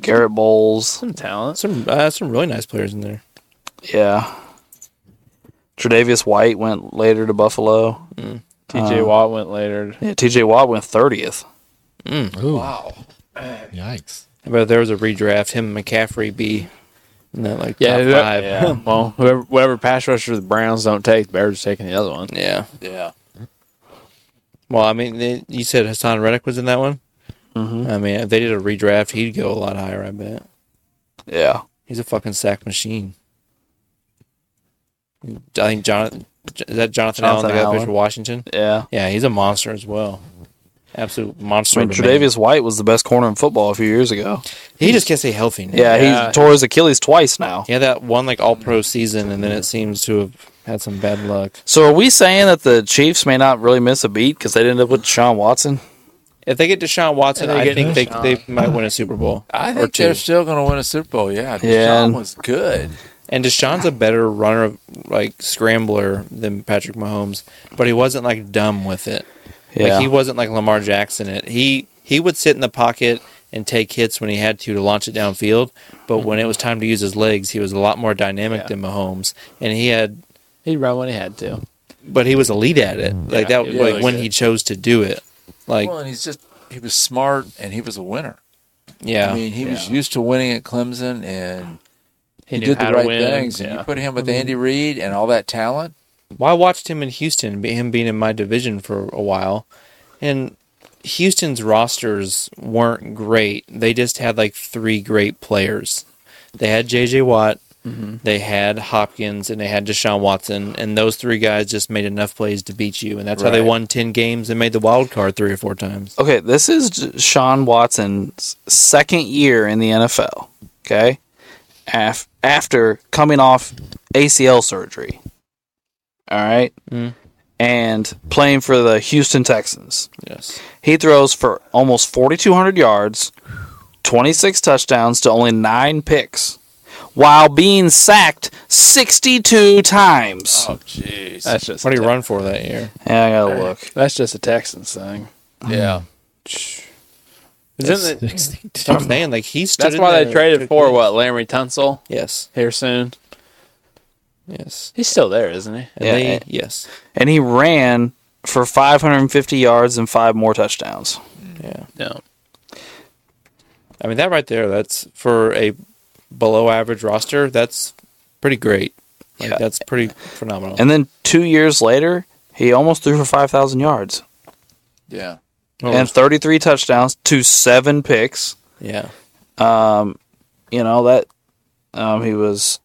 Speaker 1: Garrett Bowles,
Speaker 2: Some talent.
Speaker 5: Some uh, some really nice players in there.
Speaker 1: yeah. Tredavious White went later to Buffalo.
Speaker 2: T.J. Watt went later.
Speaker 1: Yeah, TJ Watt went thirtieth.
Speaker 3: Ooh. Wow. Yikes.
Speaker 5: I bet if there was a redraft. Him and McCaffrey be in that like
Speaker 2: Yeah,
Speaker 5: top
Speaker 2: whoever-
Speaker 5: five.
Speaker 2: yeah. well, whoever, whatever pass rusher the Browns don't take, the Bears are taking the other one.
Speaker 5: Yeah.
Speaker 4: Yeah,
Speaker 5: Well, I mean, they, you said Hassan Reddick was in that one.
Speaker 1: Mm-hmm.
Speaker 5: I mean, if they did a redraft, he'd go a lot higher. I bet
Speaker 1: Yeah.
Speaker 5: he's a fucking sack machine. I think Jonathan is that Jonathan, Allen
Speaker 1: Jonathan
Speaker 5: that got
Speaker 1: Allen.
Speaker 5: picked for Washington.
Speaker 1: Yeah.
Speaker 5: Yeah, he's a monster as well. Absolute monster.
Speaker 1: I mean,
Speaker 5: of a man.
Speaker 1: Tre'Davious White was the best corner in football a few years ago.
Speaker 5: He just can't stay healthy. Now.
Speaker 1: Yeah,
Speaker 2: Yeah.
Speaker 1: he tore his Achilles twice now.
Speaker 5: He had that one like all pro season, and then it seems to have had some bad luck.
Speaker 1: So are we saying that the Chiefs may not really miss a beat because they ended up with Deshaun Watson?
Speaker 5: If they get Deshaun Watson,
Speaker 2: If they
Speaker 5: I
Speaker 2: get
Speaker 5: think
Speaker 2: Deshaun.
Speaker 5: they, they might win a Super Bowl.
Speaker 4: I
Speaker 5: or
Speaker 4: think
Speaker 5: two.
Speaker 4: they're still going to win a Super Bowl. Yeah,
Speaker 1: Yeah.
Speaker 4: Deshaun was good.
Speaker 5: And Deshaun's a better runner, like scrambler than Patrick Mahomes, but he wasn't like dumb with it.
Speaker 1: Yeah.
Speaker 5: Like he wasn't like Lamar Jackson. It he he would sit in the pocket and take hits when he had to to launch it downfield. But when it was time to use his legs, he was a lot more dynamic than Mahomes, and he had
Speaker 2: He'd run when he had to.
Speaker 5: but he was elite at it. Like
Speaker 2: Yeah,
Speaker 5: that,
Speaker 2: he
Speaker 5: like
Speaker 4: was.
Speaker 5: when he chose to do it. Like
Speaker 4: well, and he's just he was smart and he was a winner.
Speaker 5: yeah,
Speaker 4: I mean, he was
Speaker 2: Yeah.
Speaker 4: used to winning at Clemson and
Speaker 2: He,
Speaker 4: he,
Speaker 2: knew
Speaker 4: did
Speaker 2: how
Speaker 4: the
Speaker 2: to
Speaker 4: right
Speaker 2: win.
Speaker 4: things. And
Speaker 2: Yeah.
Speaker 4: you put him with Andy Reid and all that talent.
Speaker 5: well, I watched him in Houston, be- him being in my division for a while, and Houston's rosters weren't great. They just had like three great players. They had J.J. Watt,
Speaker 2: Mm-hmm.
Speaker 5: they had Hopkins, and they had Deshaun Watson, and those three guys just made enough plays to beat you, and that's how they
Speaker 4: Right.
Speaker 5: won ten games and made the wild card three or four times.
Speaker 1: Okay, this is Deshaun Watson's second year in the NFL. Okay, Af- after coming off ACL surgery. All right,
Speaker 5: Mm.
Speaker 1: and playing for the Houston Texans.
Speaker 5: Yes,
Speaker 1: He throws for almost 4,200 yards, 26 touchdowns to only nine picks, while being sacked 62 times.
Speaker 4: Oh, jeez.
Speaker 2: That's just
Speaker 5: what
Speaker 2: a
Speaker 5: do you
Speaker 2: Tex-
Speaker 5: run for that year?
Speaker 1: Yeah, I gotta look.
Speaker 2: That's just a Texans thing.
Speaker 4: yeah.
Speaker 2: Isn't it-
Speaker 5: <laughs> I'm saying like he stood.
Speaker 2: that's
Speaker 5: in
Speaker 2: why
Speaker 5: there
Speaker 2: they
Speaker 5: and
Speaker 2: traded
Speaker 5: took
Speaker 2: for
Speaker 5: it.
Speaker 2: what Larry Tunsil
Speaker 5: Yes,
Speaker 2: here soon.
Speaker 5: yes,
Speaker 2: He's still there, isn't he?
Speaker 5: and
Speaker 1: Yeah,
Speaker 5: they,
Speaker 1: and-
Speaker 5: yes,
Speaker 1: And he ran for 550 yards and five more touchdowns.
Speaker 5: yeah.
Speaker 2: No.
Speaker 5: I mean, that right there, that's for a below average roster, that's pretty great. Like,
Speaker 1: Yeah.
Speaker 5: That's pretty phenomenal.
Speaker 1: And then two years later, he almost threw for 5,000 yards
Speaker 4: Yeah.
Speaker 5: Oh,
Speaker 1: and 33 touchdowns to seven picks.
Speaker 5: yeah.
Speaker 1: You know, that um, he was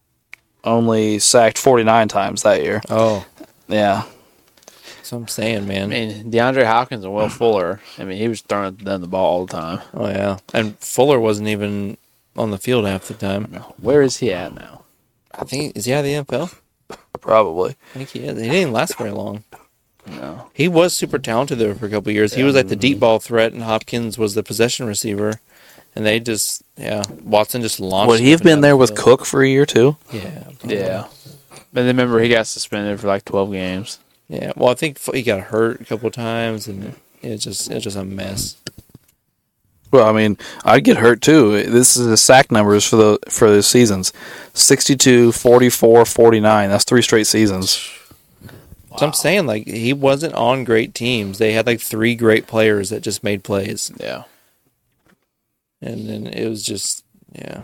Speaker 1: only sacked 49 times that year.
Speaker 5: Oh,
Speaker 1: Yeah.
Speaker 5: so I'm saying,
Speaker 2: I
Speaker 5: man.
Speaker 2: mean, DeAndre Hopkins and <laughs> Will Fuller. I mean, he was throwing them the ball all the time.
Speaker 5: Oh, yeah. And Fuller wasn't even on the field half the time.
Speaker 2: Where is he at now?
Speaker 5: I think, is he out of the NFL?
Speaker 1: Probably.
Speaker 5: I think he is. He didn't last very long.
Speaker 2: No.
Speaker 5: He was super talented there for a couple of years. He was like the
Speaker 1: Mm-hmm.
Speaker 5: deep ball threat, and Hopkins was the possession receiver. And they just, yeah, Watson just launched.
Speaker 1: Would he
Speaker 5: up
Speaker 1: have
Speaker 5: and
Speaker 1: been
Speaker 5: down
Speaker 1: there
Speaker 5: the
Speaker 1: with
Speaker 5: field.
Speaker 1: Cook for a year too?
Speaker 5: Yeah.
Speaker 2: Yeah. But then remember, he got suspended for like 12 games.
Speaker 5: Yeah, well, I think f- he got hurt a couple times, and it's just it's just a mess.
Speaker 1: Well, I mean, I'd get hurt too. This is the sack numbers for the for the seasons. 62, 44, 49. That's three straight seasons.
Speaker 5: So I'm saying like he wasn't on great teams. They had like three great players that just made plays,
Speaker 2: Yeah.
Speaker 5: and then it was just yeah.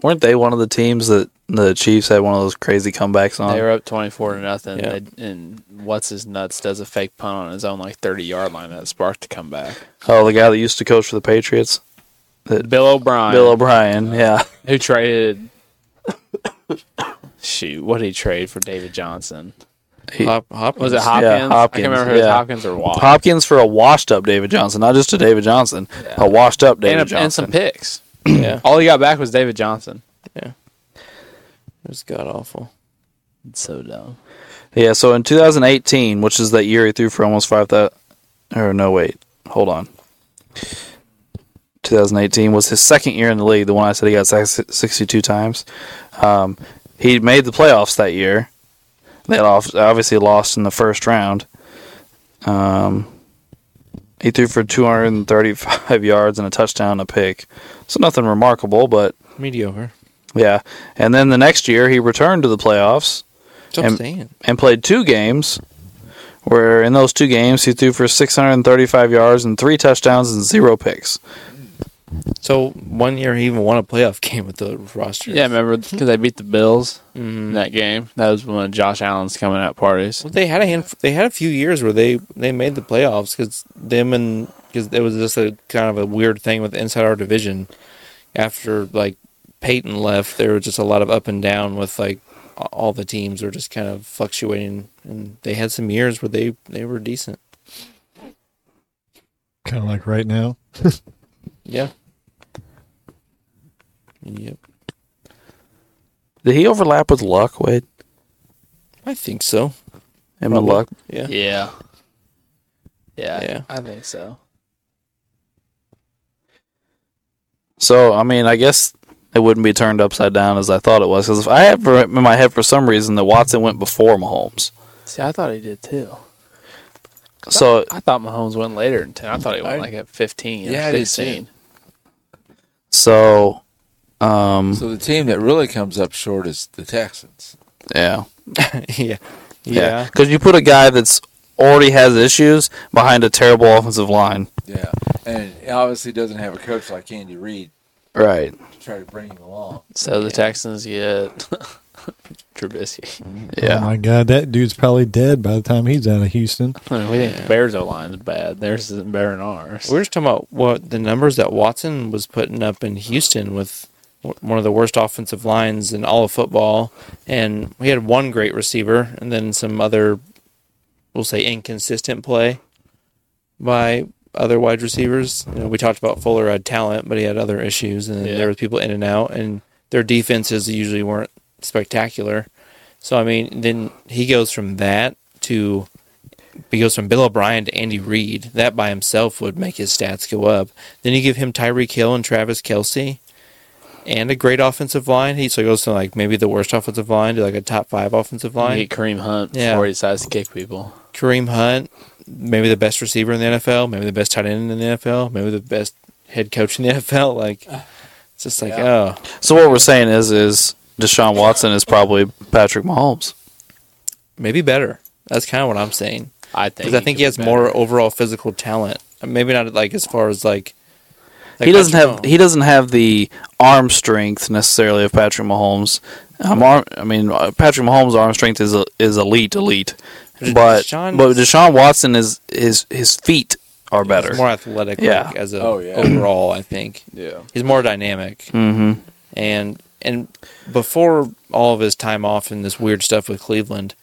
Speaker 1: Weren't they one of the teams that the Chiefs had one of those crazy comebacks on?
Speaker 2: They were up 24 to nothing.
Speaker 5: Yeah.
Speaker 2: They- and what's his nuts does a fake punt on his own like 30 yard line that sparked the comeback.
Speaker 1: oh, the guy that used to coach for the Patriots,
Speaker 2: Bill O'Brien, Uh,
Speaker 1: Bill O'Brien. Yeah,
Speaker 2: who traded. <coughs> shoot, what did he trade for David Johnson?
Speaker 1: He-
Speaker 5: Hop, Hopkins.
Speaker 2: Was it
Speaker 1: Hopkins,
Speaker 2: Hopkins? I can't remember if it
Speaker 1: <laughs>
Speaker 2: was
Speaker 1: yeah.
Speaker 2: Hopkins or Watt.
Speaker 1: Hopkins for a washed-up David Johnson, not just a David Johnson, a washed-up David
Speaker 2: and, a,
Speaker 1: Johnson.
Speaker 2: and some <coughs> picks.
Speaker 5: Yeah,
Speaker 2: All he got back was David Johnson.
Speaker 5: it was god awful.
Speaker 2: It's so dumb.
Speaker 1: Yeah, so in 2018, which is that year he threw for almost 5,000. Or no, wait. Hold on. 2018 was his second year in the league, the one I said he got sacked si- 62 times. Um, he made the playoffs that year. They lost- obviously lost in the first round. Um, he threw for 235 <laughs> yards and a touchdown and a pick. So nothing remarkable, but
Speaker 5: Mediocre.
Speaker 1: yeah. And then the next year, he returned to the playoffs
Speaker 5: So I'm
Speaker 1: And-
Speaker 5: saying
Speaker 1: and played two games. Where in those two games he threw for 635 yards and three touchdowns and zero picks.
Speaker 5: so. One year he even won a playoff <laughs> game with the roster.
Speaker 2: Yeah, remember because they beat the Bills in
Speaker 5: Mhm.
Speaker 2: that game. That was one of Josh Allen's coming out parties.
Speaker 5: Well, they had a hand. They had a few years where they they made the playoffs because them and because it was just a kind of a weird thing with inside our division. After like Peyton left, there was just a lot of up and down with like a- all the teams were just kind of fluctuating, and they had some years where they they were decent.
Speaker 3: Kind of like right now.
Speaker 5: Yeah. Yep.
Speaker 1: Did he overlap with Luck, Wade?
Speaker 5: I think so.
Speaker 1: Him and Luck?
Speaker 5: Yeah.
Speaker 2: Yeah. Yeah.
Speaker 5: Yeah.
Speaker 2: I think so.
Speaker 1: So, I mean, I guess it wouldn't be turned upside down as I thought it was. Because I had for- in my head, for some reason, that Watson went before Mahomes.
Speaker 2: See, I thought he did too.
Speaker 1: So,
Speaker 2: I thought Mahomes went later than ten. I thought he went
Speaker 4: I-
Speaker 2: like at fifteen.
Speaker 4: Yeah,
Speaker 2: or
Speaker 4: I did too.
Speaker 2: 16.
Speaker 1: so, um,
Speaker 4: So the team that really comes up short is the Texans.
Speaker 1: yeah.
Speaker 5: <laughs> yeah.
Speaker 1: Yeah.
Speaker 5: Yeah.
Speaker 1: Because you put a guy that's already has issues behind a terrible offensive line.
Speaker 4: Yeah, and it obviously doesn't have a coach like Andy Reid
Speaker 1: Right.
Speaker 4: to try to bring him along.
Speaker 2: So the Texans get <laughs> Trubisky.
Speaker 1: Yeah.
Speaker 3: Oh my god, that dude's probably dead by the time he's out of Houston.
Speaker 2: I mean, we think the Bears' O line's bad. Theirs isn't better than ours.
Speaker 5: We were just talking about what the numbers that Watson was putting up in Houston with w- one of the worst offensive lines in all of football, and we had one great receiver, and then some other, we'll say, inconsistent play by other wide receivers. You know, we talked about Fuller had talent, but he had other issues, and then
Speaker 2: Yeah.
Speaker 5: there was people in and out, and their defenses usually weren't spectacular. So I mean, then he goes from that to he goes from Bill O'Brien to Andy Reid. That by himself would make his stats go up. Then you give him Tyreek Hill and Travis Kelsey, and a great offensive line. He so goes to like maybe the worst offensive line to like a top five offensive
Speaker 2: You
Speaker 5: line.
Speaker 2: get Kareem Hunt
Speaker 5: Yeah.
Speaker 2: before he decides to kick people.
Speaker 5: Kareem Hunt, maybe the best receiver in the NFL, maybe the best tight end in the NFL, maybe the best head coach in the NFL. Like it's just like oh
Speaker 1: So what we're saying is, is Deshaun Watson is probably Patrick Mahomes.
Speaker 5: maybe better. That's kind of what I'm saying.
Speaker 2: I think.
Speaker 5: Because I think he
Speaker 2: could
Speaker 5: has
Speaker 2: be
Speaker 5: more
Speaker 2: better.
Speaker 5: overall physical talent. Maybe not like as far as like. like
Speaker 1: he doesn't
Speaker 5: Patrick
Speaker 1: have
Speaker 5: Mahomes.
Speaker 1: he doesn't have the arm strength necessarily of Patrick Mahomes. Um, arm, I mean, uh, Patrick Mahomes' arm strength is uh, is elite, elite.
Speaker 5: Deshaun
Speaker 1: But
Speaker 5: is-
Speaker 1: but Deshaun Watson is his his feet are better.
Speaker 5: He's more athletic.
Speaker 1: Yeah.
Speaker 5: like, as a
Speaker 4: Oh, yeah.
Speaker 5: overall, I think
Speaker 2: Yeah.
Speaker 5: he's more dynamic.
Speaker 1: Mm-hmm.
Speaker 5: And and before all of his time off and this weird stuff with Cleveland,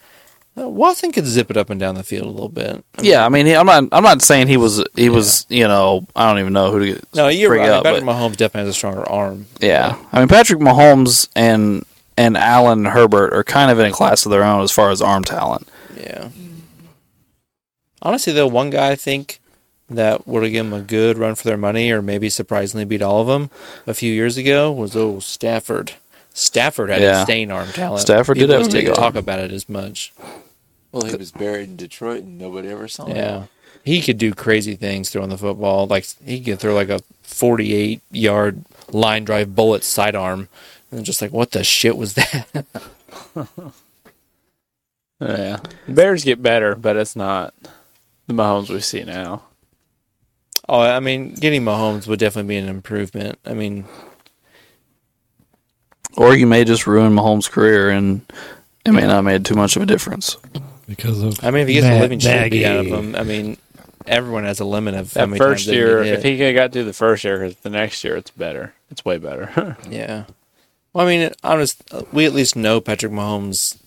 Speaker 5: uh, Watson could zip it up and down the field a little bit.
Speaker 1: Yeah, I mean, he, I'm not I'm not saying he was he was you know I don't even know who to
Speaker 5: No, you're
Speaker 1: bring
Speaker 5: right.
Speaker 1: up,
Speaker 5: Patrick
Speaker 1: but-
Speaker 5: Mahomes definitely has a stronger arm.
Speaker 1: yeah. I mean, Patrick Mahomes and and Allen Herbert are kind of in a class of their own as far as arm talent.
Speaker 5: Yeah. Honestly, though, one guy I think that would have given them a good run for their money, or maybe surprisingly beat all of them a few years ago, was oh Stafford. Stafford had
Speaker 1: Yeah.
Speaker 5: insane arm talent.
Speaker 1: Stafford did
Speaker 5: People
Speaker 1: have
Speaker 5: just
Speaker 1: a big
Speaker 5: didn't
Speaker 1: arm.
Speaker 5: talk about it as much.
Speaker 4: Well, he was buried in Detroit, and nobody ever saw him.
Speaker 5: Oh, Yeah. He could do crazy things throwing the football. Like he could throw like a 48 yard line drive bullet sidearm. And just like, what the shit was that? <laughs>
Speaker 2: Yeah. Bears get better, but it's not the Mahomes we see now.
Speaker 5: oh, I mean, getting Mahomes would definitely be an improvement. I mean,
Speaker 1: Or you may just ruin Mahomes' career, and it may not have made too much of a difference.
Speaker 3: Because of
Speaker 5: I mean, if he gets
Speaker 3: Matt
Speaker 5: the living shit beat
Speaker 3: Nagy.
Speaker 5: out of him, I mean, everyone has a limit of how
Speaker 2: That
Speaker 5: many
Speaker 2: first
Speaker 5: times they
Speaker 2: year,
Speaker 5: get
Speaker 2: if
Speaker 5: hit.
Speaker 2: he could have got through the first year, 'cause the next year it's better. It's way better. <laughs>
Speaker 5: yeah. Well, I mean, I'm just we at least know Patrick Mahomes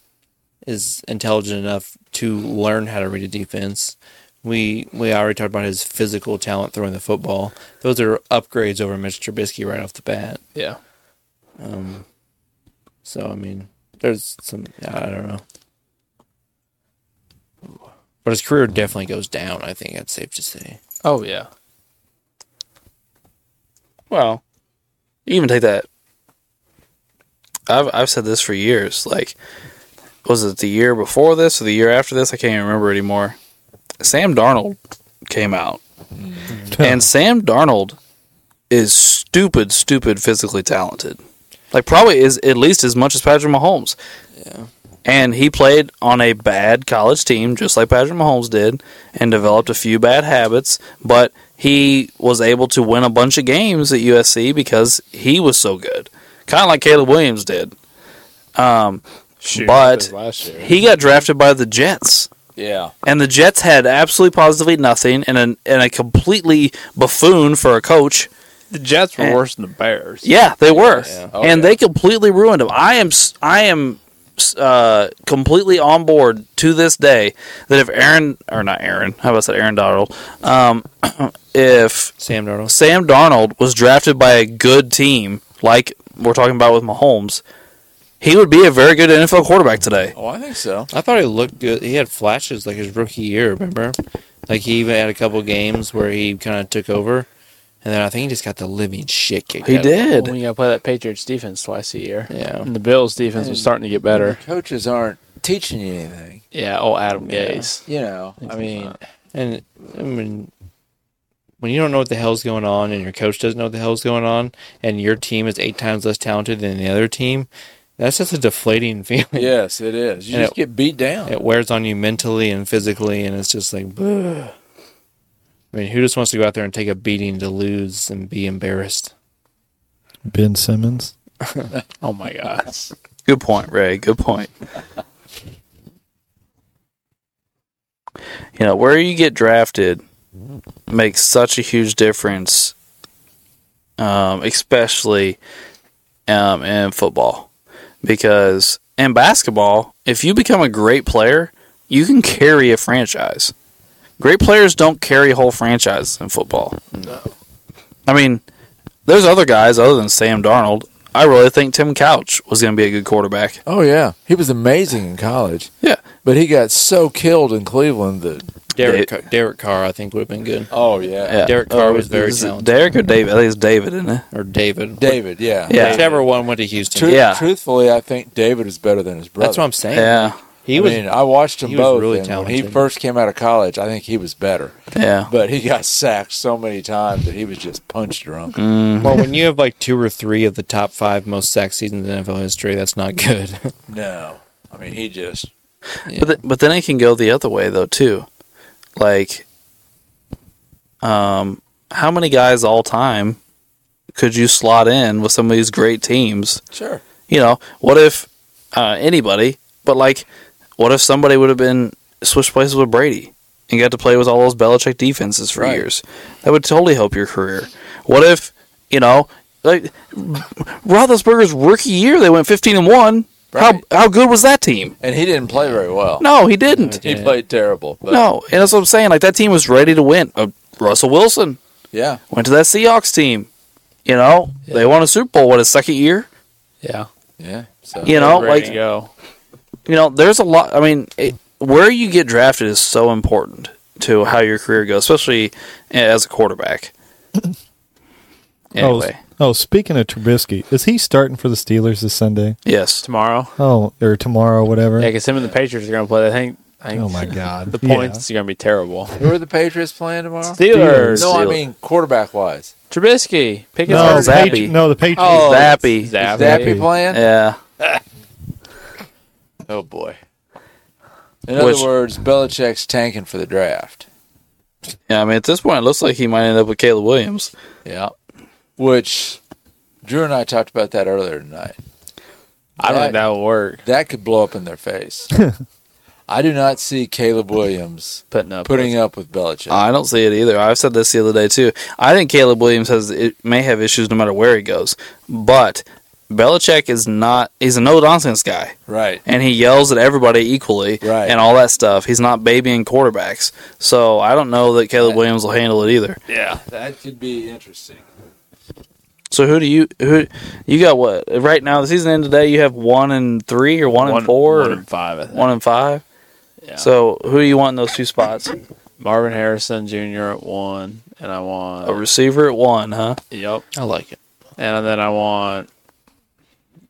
Speaker 5: is intelligent enough to learn how to read a defense. We we already talked about his physical talent throwing the football. Those are upgrades over Mitch Trubisky right off the bat.
Speaker 2: yeah.
Speaker 5: Um, so I mean, there's some I don't know, but his career definitely goes down. I think that's safe to say.
Speaker 2: Oh yeah. Well,
Speaker 1: You even take that. I've I've said this for years. Like, was it the year before this or the year after this? I can't even remember anymore. Sam Darnold came out, and Sam Darnold is stupid, stupid, physically talented. Like, probably is at least as much as Patrick Mahomes.
Speaker 5: Yeah.
Speaker 1: And he played on a bad college team, just like Patrick Mahomes did, and developed a few bad habits. But he was able to win a bunch of games at USC because he was so good, kind of like Caleb Williams did. Um,
Speaker 2: shoot,
Speaker 1: But
Speaker 2: this was last year.
Speaker 1: he got drafted by the Jets,
Speaker 4: Yeah.
Speaker 1: and the Jets had absolutely positively nothing and a, and a completely buffoon for a coach.
Speaker 2: The Jets were
Speaker 1: Eh.
Speaker 2: worse than the Bears.
Speaker 1: Yeah, they were,
Speaker 4: Yeah. Oh,
Speaker 1: and
Speaker 4: yeah.
Speaker 1: they completely ruined him. I am s- I am s- uh, completely on board to this day that if Aaron or not Aaron, how about that Aaron Donald, um, <clears throat> if
Speaker 5: Sam Darnold.
Speaker 1: Sam Darnold was drafted by a good team like we're talking about with Mahomes, he would be a very good NFL quarterback today.
Speaker 4: Oh, I think so.
Speaker 5: I thought he looked good. He had flashes like his rookie year. Remember, like he even had a couple games where he kind of took over, and then I think he just got the living shit kicked.
Speaker 1: He
Speaker 5: out of him.
Speaker 1: did.
Speaker 2: When you got to play that Patriots defense twice a year.
Speaker 5: Yeah.
Speaker 2: And the Bills defense was starting to get better.
Speaker 4: Coaches aren't teaching you anything.
Speaker 2: Yeah. Oh, Adam Gase.
Speaker 4: You know, I mean,
Speaker 5: And I mean, when you don't know what the hell's going on, and your coach doesn't know what the hell's going on, and your team is eight times less talented than the other team, that's just a deflating <laughs> feeling.
Speaker 4: yes, it is. You
Speaker 5: And
Speaker 4: just
Speaker 5: it-
Speaker 4: get beat down.
Speaker 5: It wears on you mentally and physically, and it's just like, ugh. I mean, who just wants to go out there and take a beating to lose and be embarrassed?
Speaker 3: Ben Simmons.
Speaker 2: Oh my gosh.
Speaker 1: Good point, Ray. Good point. you know, where you get drafted makes such a huge difference, um, especially um, in football. Because in basketball, if you become a great player, you can carry a franchise. Great players don't carry whole franchises in football. No. I mean, there's other guys other than Sam Darnold. I really think Tim Couch was going to be a good quarterback.
Speaker 4: Oh yeah, he was amazing in college,
Speaker 1: Yeah.
Speaker 4: but he got so killed in Cleveland that.
Speaker 5: Derek,
Speaker 1: Derek-
Speaker 5: Derek Carr, I think, would have been good.
Speaker 4: Oh yeah,
Speaker 1: yeah.
Speaker 5: Derek Carr
Speaker 1: Uh,
Speaker 5: was very
Speaker 1: is it
Speaker 5: talented.
Speaker 1: Derek or David? I think it's David, isn't it?
Speaker 5: Or David.
Speaker 4: David. Yeah,
Speaker 1: Yeah.
Speaker 5: Whichever one went to Houston.
Speaker 4: Truth,
Speaker 1: Yeah.
Speaker 4: Truthfully, I think David is better than his brother.
Speaker 5: That's what I'm saying.
Speaker 1: Yeah.
Speaker 5: He
Speaker 4: I
Speaker 5: was.
Speaker 4: mean,
Speaker 5: <laughs>
Speaker 2: uh,
Speaker 4: I watched him
Speaker 5: he was
Speaker 4: both.
Speaker 5: really
Speaker 4: and when he
Speaker 5: talented.
Speaker 4: first came out of college, I think he was better,
Speaker 1: Yeah.
Speaker 4: but he got sacked so many times that he was just punch drunk.
Speaker 5: well, when you have like two or three of the top five most sack seasons in NFL history, that's not good. <laughs>
Speaker 4: No, I mean he just
Speaker 1: But, th- but then it can go the other way, though, too. Like, um, how many guys all time could you slot in with some of these great teams?
Speaker 4: sure.
Speaker 1: You know, what if uh, anybody, but like, what if somebody would have been switched places with Brady and got to play with all those Belichick defenses for
Speaker 4: Right.
Speaker 1: years? That would totally help your career. What if, you know, like Roethlisberger's rookie year, they went 15 and 1.
Speaker 4: Right.
Speaker 1: How, how good was that team?
Speaker 4: And he didn't play
Speaker 5: <laughs>
Speaker 4: very well.
Speaker 1: No, he didn't.
Speaker 4: he played terrible. But
Speaker 1: No, and that's what I'm saying. Like, that team was ready to win. Uh, Russell Wilson
Speaker 4: yeah,
Speaker 1: went to that Seahawks team. You know, they won a Super Bowl, what, his second year?
Speaker 2: Yeah.
Speaker 4: yeah. So
Speaker 1: You know,
Speaker 2: Ready
Speaker 1: like,
Speaker 2: to go.
Speaker 1: you know, there's a lot. I mean, it, where you get drafted is so important to how your career goes, especially eh, as a quarterback.
Speaker 3: Oh,
Speaker 1: Anyway,
Speaker 3: s- oh, speaking of Trubisky, is he starting for the Steelers this Sunday?
Speaker 1: yes,
Speaker 2: Tomorrow.
Speaker 3: Oh, or tomorrow, whatever.
Speaker 2: Yeah, because him and the Patriots are going to play. I think. I <laughs> think
Speaker 3: Oh my God.
Speaker 2: The
Speaker 3: Yeah.
Speaker 2: points are going to be terrible.
Speaker 4: who are the Patriots playing tomorrow?
Speaker 2: Steelers.
Speaker 4: No, I mean quarterback wise.
Speaker 2: Trubisky. Pick
Speaker 3: no,
Speaker 1: it's
Speaker 3: the
Speaker 1: Zappy.
Speaker 3: Patri- no, the Patriots.
Speaker 1: Oh, Zappy.
Speaker 4: Is
Speaker 2: Zappy.
Speaker 4: Zappy
Speaker 3: Zappy.
Speaker 4: playing?
Speaker 1: yeah,
Speaker 4: Oh boy. In
Speaker 1: Which-
Speaker 4: other words, Belichick's tanking for the draft.
Speaker 1: yeah. I mean, at this point, it looks like he might end up with Caleb Williams.
Speaker 4: Yeah. Which Drew and I talked about that earlier tonight.
Speaker 2: I don't think that will work.
Speaker 4: That could blow up in
Speaker 2: <laughs>
Speaker 4: their face. I do not see Caleb Williams
Speaker 2: Putting up.
Speaker 4: putting up with Belichick.
Speaker 1: I don't see it either. I've said this the other day too. I think Caleb Williams has it may have issues no matter where he goes, but Belichick is not. He's a no nonsense guy.
Speaker 4: right.
Speaker 1: and he yells at everybody equally
Speaker 4: Right.
Speaker 1: and all that stuff. He's not babying quarterbacks. So I don't know that Caleb Williams will handle it either.
Speaker 2: Yeah.
Speaker 4: That could be interesting.
Speaker 1: So who do you who you got what? Right now the season end today you have 1 and 3 or 1, and 4
Speaker 2: One
Speaker 1: or
Speaker 2: and five. I think.
Speaker 1: 1 and 5.
Speaker 2: Yeah.
Speaker 1: So who do you want in those two spots?
Speaker 2: Marvin Harrison Jr. at one, and I want.
Speaker 1: A receiver at 1, huh?
Speaker 2: Yep.
Speaker 5: I like it.
Speaker 2: And then I want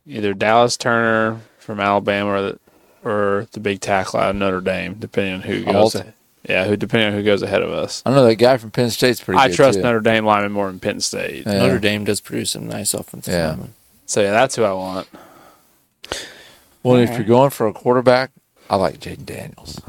Speaker 2: either Dallas Turner from Alabama or the, or the big tackle out of Notre Dame, depending on who goes.
Speaker 4: Alt.
Speaker 2: Yeah, who depending on who goes ahead of us.
Speaker 4: I know that guy from Penn State's pretty
Speaker 2: I
Speaker 4: good,
Speaker 2: trust
Speaker 4: too.
Speaker 2: Notre Dame lineman more than Penn State.
Speaker 4: Yeah.
Speaker 5: Notre Dame does produce some nice offensive
Speaker 4: Yeah.
Speaker 5: linemen.
Speaker 2: So yeah, that's who I want.
Speaker 4: Well, if you're going for a quarterback, I like Jaden Daniels.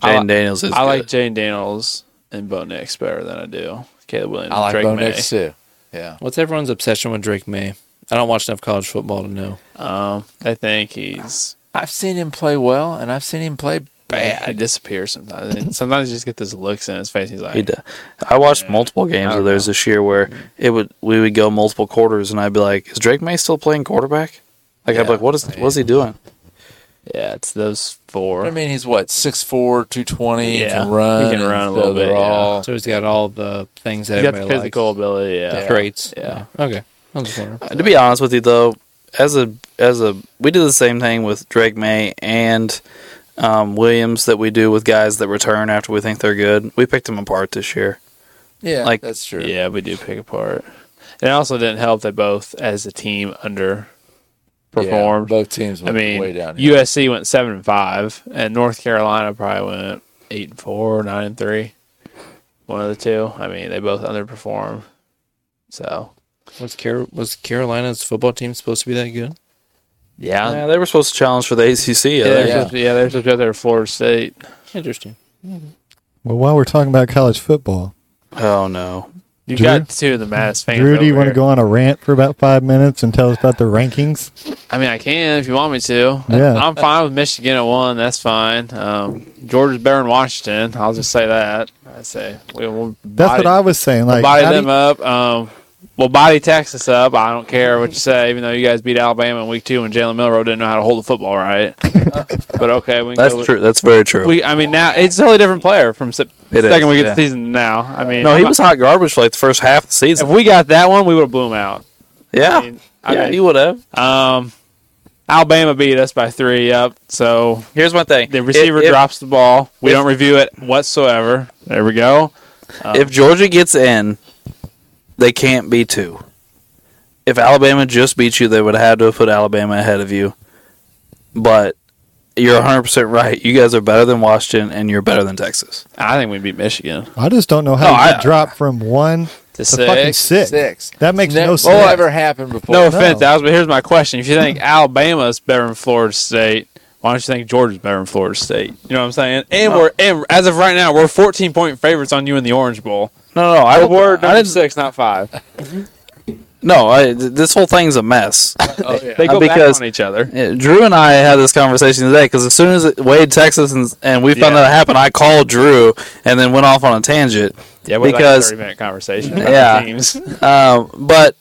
Speaker 2: I
Speaker 1: Jaden
Speaker 2: li-
Speaker 1: Daniels is
Speaker 2: I like
Speaker 1: good.
Speaker 2: Jane Daniels and Bo Nix better than I do Caleb Williams.
Speaker 4: I like
Speaker 2: Drake
Speaker 4: Bo
Speaker 2: May.
Speaker 4: Nix, too. Yeah.
Speaker 5: What's everyone's obsession with Drake May? I don't watch enough college football to know.
Speaker 2: Um, I think he's
Speaker 4: I've seen him play well, and I've seen him play
Speaker 2: bad. He disappears sometimes. And sometimes you just get those looks in his face. He's like,
Speaker 1: He d I I watched multiple games of theirs this year where
Speaker 2: Mm-hmm.
Speaker 1: it would we would go multiple quarters, and I'd be like, "Is Drake May still playing quarterback?" Like I'd be
Speaker 4: Yeah.
Speaker 1: like, "What is what's he doing?"
Speaker 2: yeah, it's those four.
Speaker 4: I mean, he's what 6'4", 220,
Speaker 2: Yeah.
Speaker 4: can run.
Speaker 2: He can
Speaker 4: and
Speaker 2: run a
Speaker 4: so
Speaker 2: little bit,
Speaker 4: they're
Speaker 2: yeah.
Speaker 4: all-
Speaker 5: So he's got all the things that
Speaker 2: you Oh. got the
Speaker 5: everybody likes.
Speaker 2: physical ability. Yeah.
Speaker 5: traits.
Speaker 2: Yeah.
Speaker 5: Okay. I was just wondering.
Speaker 4: Uh,
Speaker 1: To be honest with you, though, as a as a we do the same thing with Drake May and um, Williams that we do with guys that return after we think they're good. We picked them apart this year.
Speaker 4: Yeah,
Speaker 1: Like-
Speaker 4: that's true.
Speaker 2: Yeah, we do pick apart. And it also didn't help that both as a team under
Speaker 4: Yeah,
Speaker 2: performed.
Speaker 4: both teams
Speaker 2: I
Speaker 4: went
Speaker 2: mean,
Speaker 4: way down. here.
Speaker 2: USC went seven and five, and North Carolina probably went eight and four, nine and three. One of the two. I mean, they both underperform. So
Speaker 5: Was, Car- was Carolina's football team supposed to be that good?
Speaker 2: yeah,
Speaker 1: yeah, they were supposed to challenge for the ACC.
Speaker 2: Uh,
Speaker 1: Yeah,
Speaker 2: yeah, they're,
Speaker 4: yeah.
Speaker 2: Supposed to, yeah, they're supposed to be out there at Florida State.
Speaker 5: Interesting.
Speaker 3: Well, while we're talking about college football,
Speaker 1: Oh no.
Speaker 2: You
Speaker 3: Drew?
Speaker 2: got two of the maddest fans.
Speaker 3: Drew, do you
Speaker 2: over
Speaker 3: want to
Speaker 2: here.
Speaker 3: go on a rant for about five minutes and tell us about the rankings?
Speaker 2: I mean, I can if you want me to.
Speaker 3: Yeah.
Speaker 2: I'm fine with Michigan at one. That's fine. Um, Georgia's better than Washington. I'll just say that. I say we will
Speaker 3: That's what I was saying. Like,
Speaker 2: body
Speaker 3: how do
Speaker 2: them
Speaker 3: you-
Speaker 2: up. Um, well, body Texas up. I don't care what you say, even though you guys beat Alabama in week two when Jalen Milrow didn't know how to hold the football
Speaker 3: <laughs>
Speaker 2: right. but okay, we can
Speaker 1: That's
Speaker 2: go with-
Speaker 1: true. That's very true.
Speaker 2: We, I mean, now it's a totally different player from se-
Speaker 1: It
Speaker 2: second
Speaker 1: is,
Speaker 2: week
Speaker 1: yeah.
Speaker 2: of the season. Now, I mean,
Speaker 1: no, he
Speaker 2: I'm-
Speaker 1: was hot garbage for like the first half of the
Speaker 2: If
Speaker 1: season.
Speaker 2: we got that one, we would have blew him out.
Speaker 1: yeah,
Speaker 2: I mean, I
Speaker 1: yeah,
Speaker 2: mean-
Speaker 1: he would have.
Speaker 2: Um, Alabama beat us by three. Yep. So
Speaker 1: Here's my thing:
Speaker 2: the receiver
Speaker 1: If- if-
Speaker 2: drops the ball. We don't review it whatsoever. There we go.
Speaker 1: if Georgia gets in, they can't be two. If Alabama just beat you, they would have to have put Alabama ahead of you. But you're 100% right. You guys are better than Washington, and you're better than Texas.
Speaker 2: I think we beat Michigan
Speaker 3: I just don't know how
Speaker 1: No,
Speaker 3: you could
Speaker 1: I-
Speaker 3: drop from one
Speaker 2: to
Speaker 3: to fucking
Speaker 2: six.
Speaker 3: six.
Speaker 4: six.
Speaker 3: That makes
Speaker 4: Ne-
Speaker 3: no
Speaker 4: well,
Speaker 3: sense.
Speaker 4: Never happened before.
Speaker 2: No offense, Alex, but here's my question: If you think Alabama's better than Florida State, why don't you think Georgia's better than Florida State? You know what I'm saying? And we're and as of right now, we're 14 point favorites on you in the Orange Bowl.
Speaker 1: No, no, I,
Speaker 2: We're
Speaker 1: I
Speaker 2: number
Speaker 1: didn't.
Speaker 2: six, not five.
Speaker 1: No, I, th- this whole thing's a mess.
Speaker 4: Oh, yeah.
Speaker 2: They go
Speaker 1: Because-
Speaker 2: back on each other.
Speaker 1: Yeah, Drew and I had this conversation today because as soon as it, Wade, Texas, and, and we found
Speaker 2: Yeah.
Speaker 1: out it happened, I called Drew and then went off on a tangent.
Speaker 2: Yeah, we
Speaker 1: Because-
Speaker 2: because, like a 30 minute conversation. About
Speaker 1: Yeah.
Speaker 2: the teams.
Speaker 1: Um, but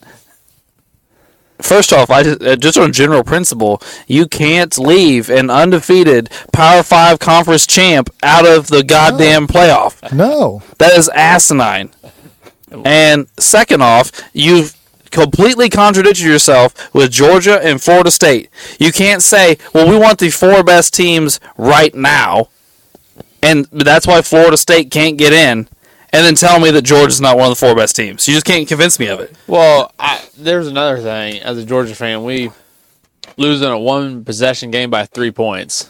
Speaker 1: first off, I just, uh, just on general principle, you can't leave an undefeated Power Five conference champ out of the goddamn playoff.
Speaker 3: No.
Speaker 1: That is asinine. And second off, you've completely contradicted yourself with Georgia and Florida State. You can't say, "Well, we want the four best teams right now," and that's why Florida State can't get in. And then tell me that Georgia's not one of the four best teams. You just can't convince me of it.
Speaker 2: Well, I, there's another thing. As a Georgia fan, we losing a one possession game by three points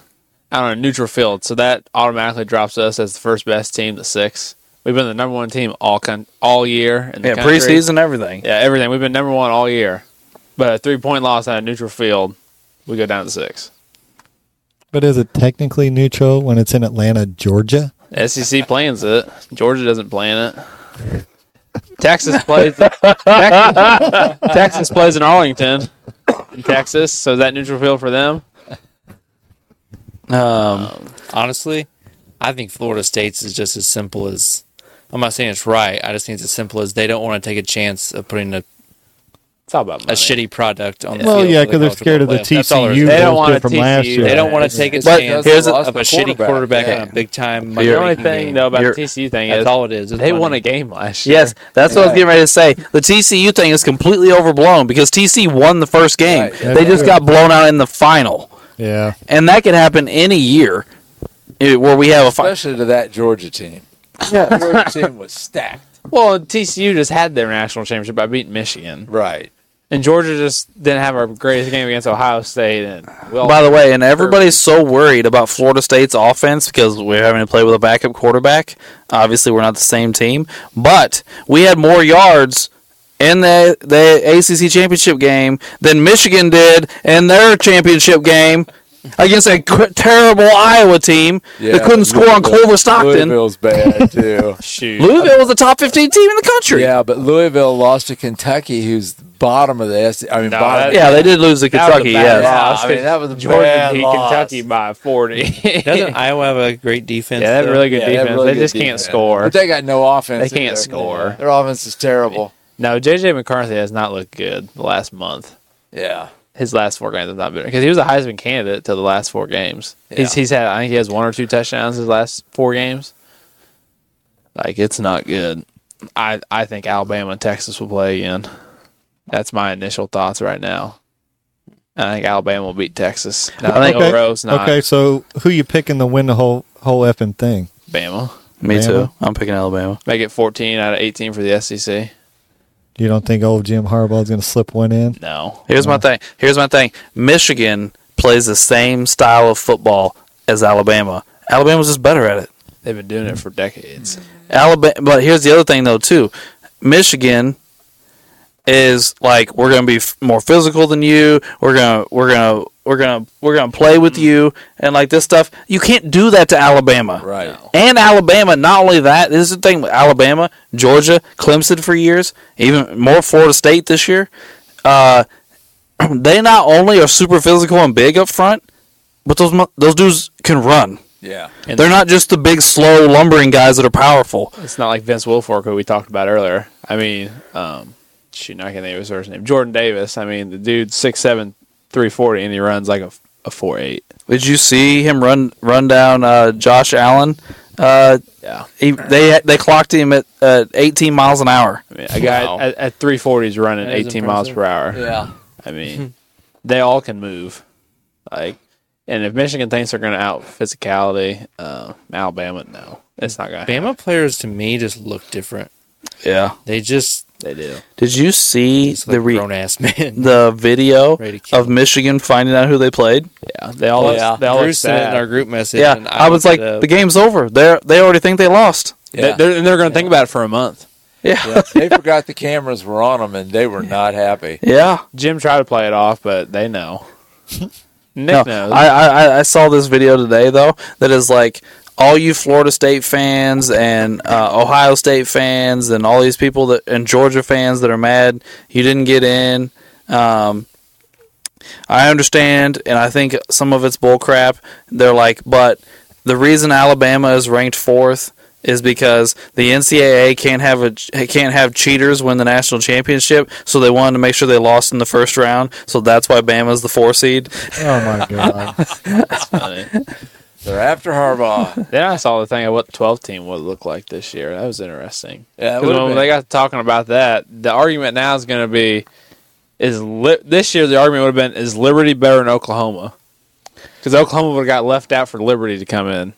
Speaker 2: out on a neutral field, so that automatically drops us as the first best team, the six. We've been the number one team all con- all year in the
Speaker 1: Yeah,
Speaker 2: country.
Speaker 1: preseason, everything.
Speaker 2: yeah, everything. We've been number one all year, but a three point loss on a neutral field, we go down to six.
Speaker 3: But is it technically neutral when it's in Atlanta, Georgia?
Speaker 2: SEC E plans it. Georgia doesn't plan it.
Speaker 5: <laughs>
Speaker 2: Texas plays Texas, Texas plays in Arlington, in Texas. So is that neutral field for them?
Speaker 1: Um,
Speaker 5: Honestly, I think Florida State's is just as simple as. I'm not saying it's right. I just think it's as simple as they don't want to take a chance of putting a,
Speaker 2: It's all about
Speaker 5: a shitty product on the
Speaker 3: Well,
Speaker 5: field
Speaker 3: yeah,
Speaker 5: for the
Speaker 3: because they're
Speaker 5: college
Speaker 3: scared of the
Speaker 5: football playoff. That's all there is.
Speaker 3: TCU
Speaker 2: They don't
Speaker 3: bullshit
Speaker 2: want
Speaker 3: from
Speaker 2: TCU.
Speaker 3: last year.
Speaker 5: They don't want to take a
Speaker 1: But
Speaker 5: chance
Speaker 4: those
Speaker 5: of
Speaker 4: that lost
Speaker 5: a
Speaker 4: the
Speaker 5: shitty
Speaker 4: quarterback,
Speaker 5: quarterback
Speaker 4: yeah.
Speaker 5: on a big time.
Speaker 2: The
Speaker 1: You're-
Speaker 2: only
Speaker 5: money-making
Speaker 2: thing
Speaker 5: game.
Speaker 2: though about
Speaker 1: You're-
Speaker 2: the TCU thing
Speaker 5: That's
Speaker 2: is
Speaker 5: all it is. is
Speaker 2: they
Speaker 5: money.
Speaker 2: won a game last year.
Speaker 1: yes, that's what I was getting ready to say. The TCU thing is completely overblown because TC won the first game.
Speaker 4: Right,
Speaker 3: yeah.
Speaker 1: they just got blown out in the final,
Speaker 3: Yeah.
Speaker 1: and that could happen any year eh, where we have a fi-
Speaker 4: especially to that Georgia team. Yeah, Georgia team was stacked.
Speaker 2: Well, TCU just had their national championship by beating Michigan,
Speaker 4: Right.
Speaker 2: and Georgia just didn't have our greatest game against Ohio State. And well,
Speaker 1: By the way, and everybody's so worried about Florida State's offense because we're having to play with a backup quarterback. Obviously, we're not the same team, but we had more yards in the the ACC championship game than Michigan did in their championship game. against a cr- terrible Iowa team that couldn't score on
Speaker 4: Louisville-
Speaker 1: Culver Stockton. Louisville.
Speaker 4: Louisville's
Speaker 2: <laughs>
Speaker 4: bad too.
Speaker 2: Shoot.
Speaker 1: was the top 15 team in the country.
Speaker 4: yeah, but Louisville lost to Kentucky, who's bottom of the S. I mean,
Speaker 2: No,
Speaker 4: bottom.
Speaker 1: Yeah, they did lose to Kentucky.
Speaker 4: bad
Speaker 1: Yes.
Speaker 4: loss. I mean, that was a bad
Speaker 2: Jordan beat
Speaker 4: loss.
Speaker 2: Kentucky by
Speaker 4: <laughs>
Speaker 2: 40.
Speaker 5: Doesn't Iowa have a great defense?
Speaker 2: yeah, they have
Speaker 5: though?
Speaker 2: really good
Speaker 4: Yeah, they have
Speaker 2: defense.
Speaker 4: really
Speaker 2: they
Speaker 4: good
Speaker 2: just can't
Speaker 4: defense.
Speaker 2: score.
Speaker 4: But they got no offense.
Speaker 2: They can't
Speaker 4: either.
Speaker 2: score.
Speaker 4: Their offense is terrible.
Speaker 2: No, JJ McCarthy has not looked good the last month.
Speaker 4: Yeah.
Speaker 2: His last four games have not been because he was a Heisman candidate till the last four games. He's
Speaker 4: Yeah.
Speaker 2: he's had I think he has one or two touchdowns his last four games. Like it's not good. I I think Alabama and Texas will play again. That's my initial thoughts right now. I think Alabama will beat Texas. I think
Speaker 3: Okay.
Speaker 2: Rowe's not
Speaker 3: Okay, so who you picking to win the whole whole effing thing?
Speaker 2: Bama.
Speaker 1: Me
Speaker 3: Alabama.
Speaker 1: too. I'm picking Alabama.
Speaker 2: Make it 14 out of 18 for the E SEC.
Speaker 3: You don't think old Jim Harbaugh's going to slip one in?
Speaker 2: No.
Speaker 1: Here's my thing. Here's my thing. Michigan plays the same style of football as Alabama. Alabama's just better at it.
Speaker 2: They've been doing it for decades.
Speaker 1: Alabama, but here's the other thing though too. Michigan is like we're gonna be f- more physical than you. We're gonna we're gonna we're gonna we're gonna play with you and like this stuff. You can't do that to Alabama.
Speaker 4: Right.
Speaker 1: And Alabama, not only that, this is the thing with Alabama, Georgia, Clemson for years, even more Florida State this year. Uh, <clears throat> they not only are super physical and big up front, but those mo- those dudes can run.
Speaker 4: Yeah.
Speaker 2: And-
Speaker 1: They're not just the big, slow, lumbering guys that are powerful.
Speaker 2: It's not like Vince Wilfork, who we talked about earlier. I mean, um, shoot, now I can't think of his first name. Jordan Davis. I mean, the dude's 6'7", 340, and he runs like a, a 4'8".
Speaker 1: Did you see him run run down uh, Josh Allen? Uh,
Speaker 2: Yeah.
Speaker 1: he, they they clocked him at uh, 18 miles an hour.
Speaker 2: I mean, a guy
Speaker 5: Wow.
Speaker 2: at, at 340 is running
Speaker 5: That is
Speaker 2: 18 miles per hour.
Speaker 4: Yeah.
Speaker 2: I mean, they all can move. Like, and if Michigan thinks they're going to out physicality, uh, Alabama, no. It's not going to
Speaker 5: Bama players to me just look different.
Speaker 1: Yeah.
Speaker 5: They just
Speaker 2: They do.
Speaker 1: Did you see
Speaker 5: it's
Speaker 1: the
Speaker 5: like
Speaker 1: re-
Speaker 5: grown ass man.
Speaker 1: the video
Speaker 5: Ready to kill.
Speaker 1: of Michigan finding out who they played?
Speaker 2: Yeah. They all,
Speaker 4: yeah.
Speaker 2: they all look
Speaker 5: Oh, Bruce sent it
Speaker 2: sad.
Speaker 5: in our group message.
Speaker 1: Yeah,
Speaker 5: and
Speaker 1: I was like,
Speaker 5: looked it up.
Speaker 1: the game's over. They they already think they lost.
Speaker 4: Yeah.
Speaker 2: They, are and they're going to think about it for a month.
Speaker 1: Yeah,
Speaker 4: Yeah. they forgot the cameras were on them, and they were not happy.
Speaker 1: yeah.
Speaker 2: Jim tried to play it off, but they know.
Speaker 1: No,
Speaker 2: Nick knows.
Speaker 1: I, I I- I saw this video today though that is like all you Florida State fans and uh, Ohio State fans and all these people that and Georgia fans that are mad you didn't get in. Um, I understand, and I think some of it's bullcrap. They're like, but the reason Alabama is ranked fourth is because the NCAA can't have a can't have cheaters win the national championship, so they wanted to make sure they lost in the first round. So that's why Bama's the four seed.
Speaker 3: Oh my god!
Speaker 4: They're after
Speaker 2: <laughs>
Speaker 4: Harbaugh.
Speaker 2: then I saw the thing of what the 12 team would look like this year. That was interesting.
Speaker 4: Yeah, it
Speaker 2: 'Cause
Speaker 4: would've
Speaker 2: when
Speaker 4: been-
Speaker 2: they got talking about that, the argument now is going to be is li- this year the argument would have been is Liberty better than Oklahoma? Because Oklahoma would have got left out for Liberty to come in.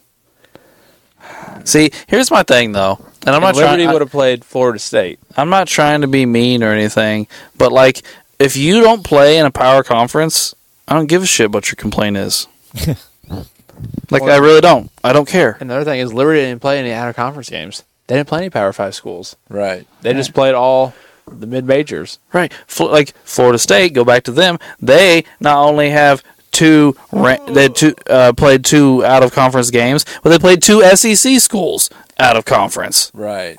Speaker 1: See, here's my thing though, and I'm
Speaker 2: And
Speaker 1: not
Speaker 2: Liberty
Speaker 1: trying.
Speaker 2: would have played Florida State.
Speaker 1: I- I'm not trying to be mean or anything, but like, if you don't play in a power conference, I don't give a shit what your complaint
Speaker 4: <laughs>
Speaker 1: is. like, I really don't. I don't care.
Speaker 2: And the other thing is Liberty didn't play any out of conference games. They didn't play any Power Five schools.
Speaker 4: right.
Speaker 2: They just played all the mid majors.
Speaker 1: Right? Fl- like Florida State. Go back to them. They not only have two, ra- they had two uh, played two out of conference games, but they played two SEC schools out of conference.
Speaker 4: Right.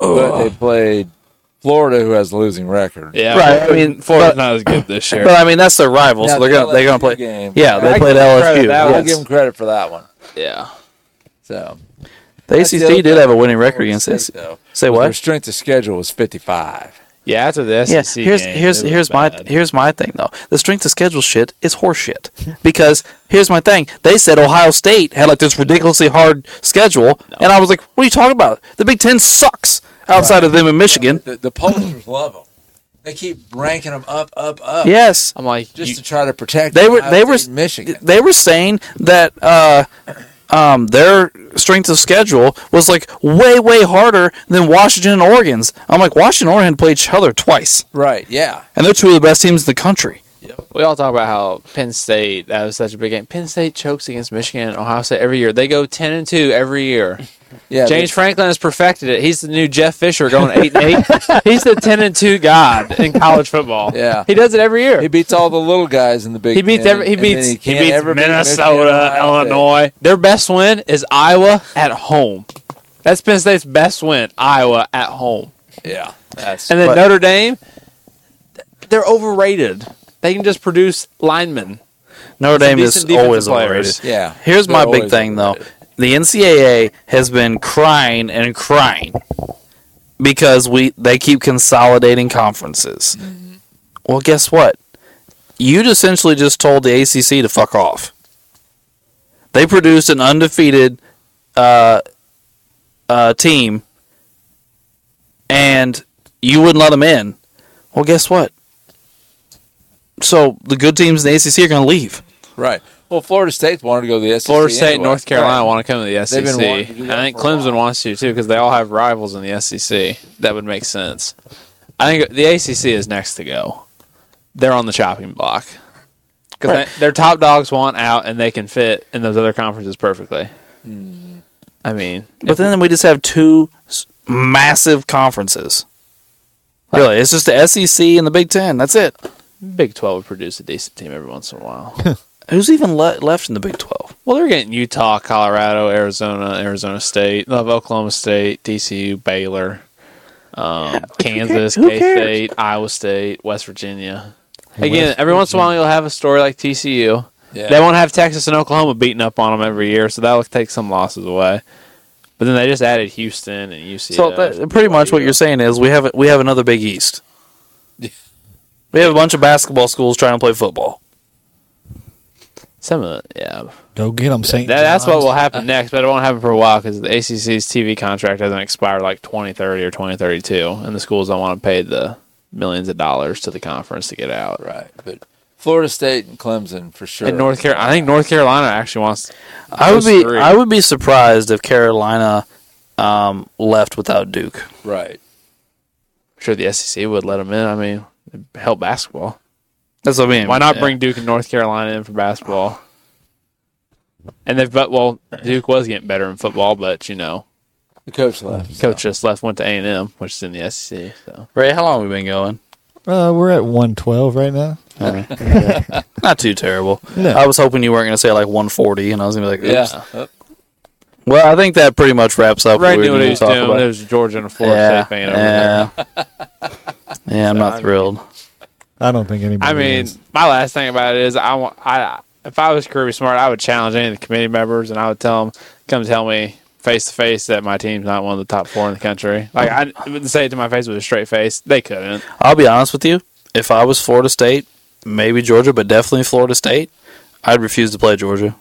Speaker 4: But they played Florida, who has a losing record.
Speaker 2: Yeah,
Speaker 1: Right, I
Speaker 2: but
Speaker 1: mean,
Speaker 2: Florida's
Speaker 1: but-
Speaker 2: not as good this year.
Speaker 1: But I mean, that's their rival,
Speaker 4: Now,
Speaker 1: so they're
Speaker 4: the
Speaker 1: gonna they're gonna play.
Speaker 4: LSU game.
Speaker 1: Yeah, they
Speaker 4: I
Speaker 1: played
Speaker 4: give 'em
Speaker 1: LSU.
Speaker 4: credit. That- I'll
Speaker 1: yes.
Speaker 4: give them credit for that one.
Speaker 2: yeah,
Speaker 4: So
Speaker 1: The
Speaker 4: That's the
Speaker 1: ACC
Speaker 4: other
Speaker 1: did
Speaker 4: thing.
Speaker 1: have a winning record against
Speaker 4: Florida
Speaker 1: this.
Speaker 4: State, though,
Speaker 1: Say
Speaker 4: was Their
Speaker 1: what?
Speaker 4: strength of schedule was 55.
Speaker 2: yeah. After the
Speaker 1: Yeah,
Speaker 2: SEC,
Speaker 1: here's
Speaker 2: game,
Speaker 1: here's
Speaker 2: it was
Speaker 1: here's my
Speaker 2: bad.
Speaker 1: here's my thing though. The strength of schedule shit is horseshit because here's my thing. They said Ohio State had like this ridiculously hard schedule, and I was like, "What are you talking about? The Big Ten sucks outside of them in Michigan."
Speaker 4: The, the pollsters love them. They keep ranking them up, up, up.
Speaker 1: Yes,
Speaker 2: I'm like,
Speaker 4: Just
Speaker 2: you-
Speaker 4: to try to protect.
Speaker 1: they were
Speaker 4: Ohio
Speaker 1: they were
Speaker 4: State and Michigan.
Speaker 1: they were saying that uh, um, their strength of schedule was like way way harder than Washington and Oregon's. I'm like Washington and Oregon played each other twice,
Speaker 4: right. Yeah.
Speaker 1: and they're two of the best teams in the country.
Speaker 2: we all talk about how Penn State that was such a big game. Penn State chokes against Michigan and Ohio State every year. They go ten and two every year.
Speaker 4: <laughs> Yeah,
Speaker 2: James Franklin has perfected it. He's the new Jeff Fisher going eight and eight.
Speaker 4: <laughs>
Speaker 2: He's the ten and two god in college football.
Speaker 4: Yeah.
Speaker 2: he does it every year.
Speaker 4: He
Speaker 2: He,
Speaker 4: beats all the little guys in the big.
Speaker 2: beats
Speaker 4: Ten,
Speaker 2: every, he
Speaker 4: and then
Speaker 2: beats he,
Speaker 4: can't
Speaker 2: beats
Speaker 4: ever beat Michigan or
Speaker 2: Minnesota,
Speaker 4: Iowa State.
Speaker 2: Illinois. Their best win is Iowa at home. That's Penn State's best win. Iowa at home,
Speaker 4: Yeah, that's
Speaker 2: and then
Speaker 1: But-
Speaker 2: Notre Dame. They're overrated. They can just produce linemen.
Speaker 1: Notre Dame
Speaker 2: decent
Speaker 1: is
Speaker 2: defensive
Speaker 1: always
Speaker 2: players.
Speaker 1: overrated.
Speaker 4: yeah.
Speaker 1: Here's
Speaker 4: They're
Speaker 1: my big
Speaker 4: always
Speaker 1: thing, though.
Speaker 4: overrated.
Speaker 1: The NCAA has been crying and crying because we they keep consolidating conferences. Well, guess what? You essentially just told the ACC to fuck off. They produced an undefeated uh, uh, team, and you wouldn't let them in. Well, guess what? So the good teams in the ACC are going to leave.
Speaker 4: Right. Well, Florida State wanted to go to the SEC.
Speaker 2: Florida State,
Speaker 4: anyway.
Speaker 2: North Carolina
Speaker 4: Right.
Speaker 2: want to come to the SEC.
Speaker 4: They've been wanting to do that
Speaker 2: I think
Speaker 4: for a
Speaker 2: Clemson wants to too because they all have rivals in the SEC. That would make sense. I think the ACC is next to go. They're on the chopping block because their top dogs want out, and they can fit in those other conferences perfectly.
Speaker 4: Hmm.
Speaker 2: I mean,
Speaker 1: But then we just have two s- massive conferences. Really, it's just the SEC and the Big Ten. That's it.
Speaker 2: Big Twelve would produce a decent team every once in a while.
Speaker 1: Who's even le- left in the Big Twelve?
Speaker 2: Well, they're getting Utah, Colorado, Arizona, Arizona State, they'll have Oklahoma State, DCU, Baylor, um, Kansas,
Speaker 1: who
Speaker 2: K
Speaker 1: cares?
Speaker 2: State, Iowa State, West Virginia. Again, every once in a while you'll have a story like TCU.
Speaker 4: Yeah.
Speaker 2: They won't have Texas and Oklahoma beating up on them every year, so that'll take some losses away. But then they just added Houston and UCLA.
Speaker 1: So that, pretty much what you're saying is we have we have another Big
Speaker 2: <laughs>
Speaker 1: East. We have a bunch of basketball schools trying to play football.
Speaker 2: some of the, yeah.
Speaker 3: Go get them, Saint.
Speaker 2: That, that's what
Speaker 3: John's.
Speaker 2: will happen next, but it won't happen for a while because the ACC's TV contract doesn't expire like 2030 or 2032, and the schools don't want to pay the millions of dollars to the conference to get out.
Speaker 4: Right. But Florida State and Clemson for sure.
Speaker 2: And North Carolina, I think North Carolina actually wants.
Speaker 1: I would
Speaker 2: those
Speaker 1: be
Speaker 2: three.
Speaker 1: I would be surprised if Carolina um, left without Duke.
Speaker 4: Right.
Speaker 2: sure the SEC would let them in. I mean, it'd help basketball.
Speaker 1: That's what I mean.
Speaker 2: Why not
Speaker 1: Yeah.
Speaker 2: bring Duke and North Carolina in for basketball? And they've but well, Duke was getting better in football, but you know,
Speaker 4: The coach left. so.
Speaker 2: coach just left, went to A and M, which is in the SEC. So
Speaker 1: Ray? How long have we been going?
Speaker 3: Uh, we're at 112 right now.
Speaker 1: Not too terrible.
Speaker 3: No.
Speaker 1: I was hoping you weren't going to say like 140, and I was going to be like, Oops.
Speaker 4: Yeah. Uh,
Speaker 1: Well, I think that pretty much wraps up.
Speaker 2: Ray
Speaker 1: we
Speaker 2: knew what
Speaker 1: need
Speaker 2: he
Speaker 1: to
Speaker 2: was
Speaker 1: talk
Speaker 2: doing.
Speaker 1: about.
Speaker 2: There was a Georgia and a Florida
Speaker 1: yeah,
Speaker 2: State fan over there.
Speaker 1: yeah.
Speaker 2: <laughs>
Speaker 1: yeah, I'm not thrilled.
Speaker 3: I don't think anybody.
Speaker 2: I mean,
Speaker 3: is.
Speaker 2: my last thing about it is I want I if I was Kirby Smart, I would challenge any of the committee members and I would tell them come tell me face to face that my team's not one of the top four in the country. Like I wouldn't say it to my face with a straight face. They couldn't.
Speaker 1: I'll be honest with you. If I was Florida State, maybe Georgia, but definitely Florida State, I'd refuse to play Georgia.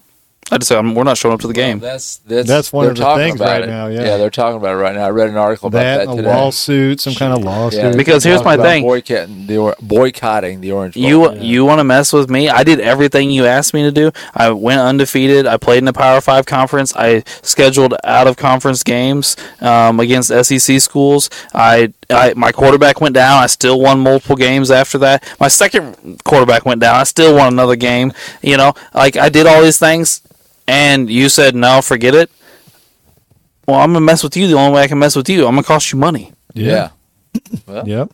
Speaker 1: I'd say I'm, we're not showing up to the game.
Speaker 4: That's that's
Speaker 3: That's one
Speaker 4: they're
Speaker 3: of the
Speaker 4: talking
Speaker 3: things
Speaker 4: about
Speaker 3: right
Speaker 4: it.
Speaker 3: now, yeah.
Speaker 4: they're talking about it right now. I read an article about
Speaker 3: that,
Speaker 4: that,
Speaker 3: a
Speaker 4: today.
Speaker 3: lawsuit, some kind of lawsuit.
Speaker 4: Yeah,
Speaker 1: Because here's
Speaker 4: talking
Speaker 1: my
Speaker 4: about
Speaker 1: thing.
Speaker 4: boycotting the or- boycotting the Orange Bowl.
Speaker 1: You you want to mess with me? I did everything you asked me to do. I went undefeated. I played in the Power Five conference. I scheduled out of conference games um, against SEC schools. I, I my quarterback went down. I still won multiple games after that. My second quarterback went down. I still won another game. You know, like I did all these things, and you said no, forget it. Well, I'm gonna mess with you. The only way I can mess with you, I'm gonna cost you money.
Speaker 4: yeah.
Speaker 2: <laughs>
Speaker 3: Yep.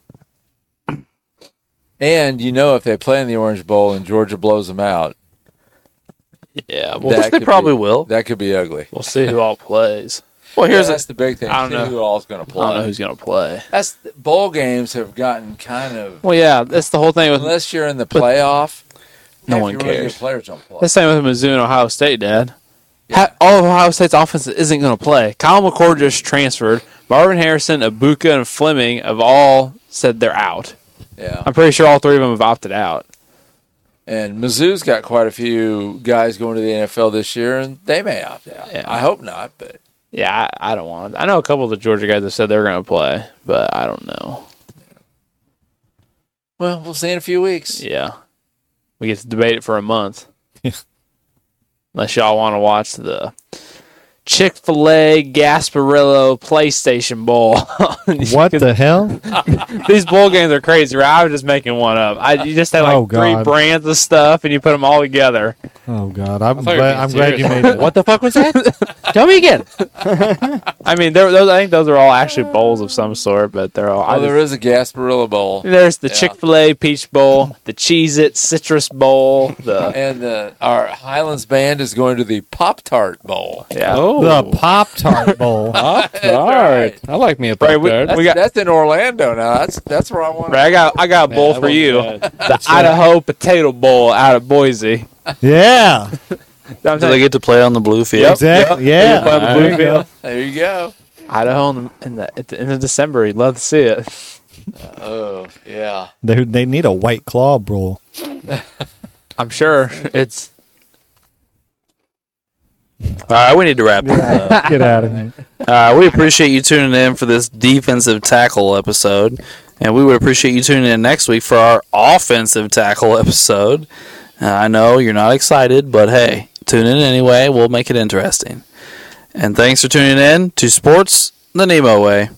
Speaker 4: And you know if they play in the Orange Bowl and Georgia blows them out,
Speaker 2: Yeah, we'll,
Speaker 1: Which
Speaker 4: That
Speaker 1: they
Speaker 4: could be-
Speaker 1: probably will.
Speaker 4: that could be ugly.
Speaker 2: we'll see who all plays.
Speaker 1: Well, here's
Speaker 4: yeah,
Speaker 1: a
Speaker 4: that's the big thing.
Speaker 2: I don't
Speaker 4: See
Speaker 2: know.
Speaker 4: who all's going to play.
Speaker 2: I don't know who's gonna play.
Speaker 4: That's bowl games have gotten kind of
Speaker 2: Well, yeah, that's the whole thing with
Speaker 4: unless you're in the playoff.
Speaker 2: No
Speaker 4: half
Speaker 2: one
Speaker 4: your really
Speaker 2: cares.
Speaker 4: good Players don't play.
Speaker 2: That's the same with Mizzou and Ohio State, Dad. Ha- all of Ohio State's offense isn't going to play. Kyle McCord just transferred. Marvin Harrison, Abuka, and Fleming have all said they're out.
Speaker 4: yeah,
Speaker 2: I'm pretty sure all three of them have opted out.
Speaker 4: and Mizzou's got quite a few guys going to the NFL this year, and they may opt out.
Speaker 2: Yeah.
Speaker 4: I hope not, but
Speaker 2: Yeah, I, I don't want. I know a couple of the Georgia guys have said they're going to play, but I don't know.
Speaker 4: well, we'll see in a few weeks.
Speaker 2: Yeah, we get to debate it for a
Speaker 4: <laughs>
Speaker 2: month. Unless y'all want to watch the Chick Fil A Gasparillo PlayStation Bowl. <laughs>
Speaker 3: What the hell?
Speaker 2: These bowl games are crazy. Right? I was just making one up. I you just had like
Speaker 3: Oh,
Speaker 2: three
Speaker 3: God.
Speaker 2: brands of stuff and you put them all together.
Speaker 3: Oh God! I'm
Speaker 2: thought you were
Speaker 3: glad.
Speaker 2: being
Speaker 3: I'm glad
Speaker 2: <laughs>
Speaker 3: you
Speaker 2: serious.
Speaker 3: made it. <laughs>
Speaker 2: What the fuck was that?
Speaker 5: Tell me again.
Speaker 2: I mean, there, those, I think those are all actually bowls of some sort, but they're all. I
Speaker 4: Oh,
Speaker 2: just-
Speaker 4: there is a Gasparilla Bowl.
Speaker 2: There's the
Speaker 4: Yeah.
Speaker 2: Chick Fil A Peach Bowl, the Cheez It Citrus Bowl, the
Speaker 4: And uh, our Highlands band is going to the Pop Tart Bowl.
Speaker 2: yeah.
Speaker 3: The Pop
Speaker 2: <laughs>
Speaker 3: Tart Bowl.
Speaker 4: All right.
Speaker 5: I like me a
Speaker 2: Right,
Speaker 5: pop
Speaker 2: we-
Speaker 5: tart.
Speaker 4: That's,
Speaker 2: We got-
Speaker 4: that's in Orlando now. That's that's where I want.
Speaker 2: Right, I got I got a bowl for you, the <laughs> Idaho Potato Bowl out of Boise.
Speaker 3: yeah.
Speaker 2: I'm
Speaker 1: Do they
Speaker 2: telling you,
Speaker 1: get to play on the blue field?
Speaker 3: Exactly. Yeah.
Speaker 2: play on the blue
Speaker 3: There you go.
Speaker 2: field.
Speaker 4: There you go.
Speaker 2: Idaho in the, in the, at the end of December, you'd love to see it.
Speaker 4: Oh yeah.
Speaker 3: They, they need a white claw bowl.
Speaker 2: I'm sure it's
Speaker 1: All right, we need to wrap this up.
Speaker 3: <laughs> Get out of here.
Speaker 1: Uh, we appreciate you tuning in for this defensive tackle episode, and we would appreciate you tuning in next week for our offensive tackle <laughs> episode. Uh, I know you're not excited, but hey, tune in anyway. We'll make it interesting. And thanks for tuning in to Sports the Nemo Way.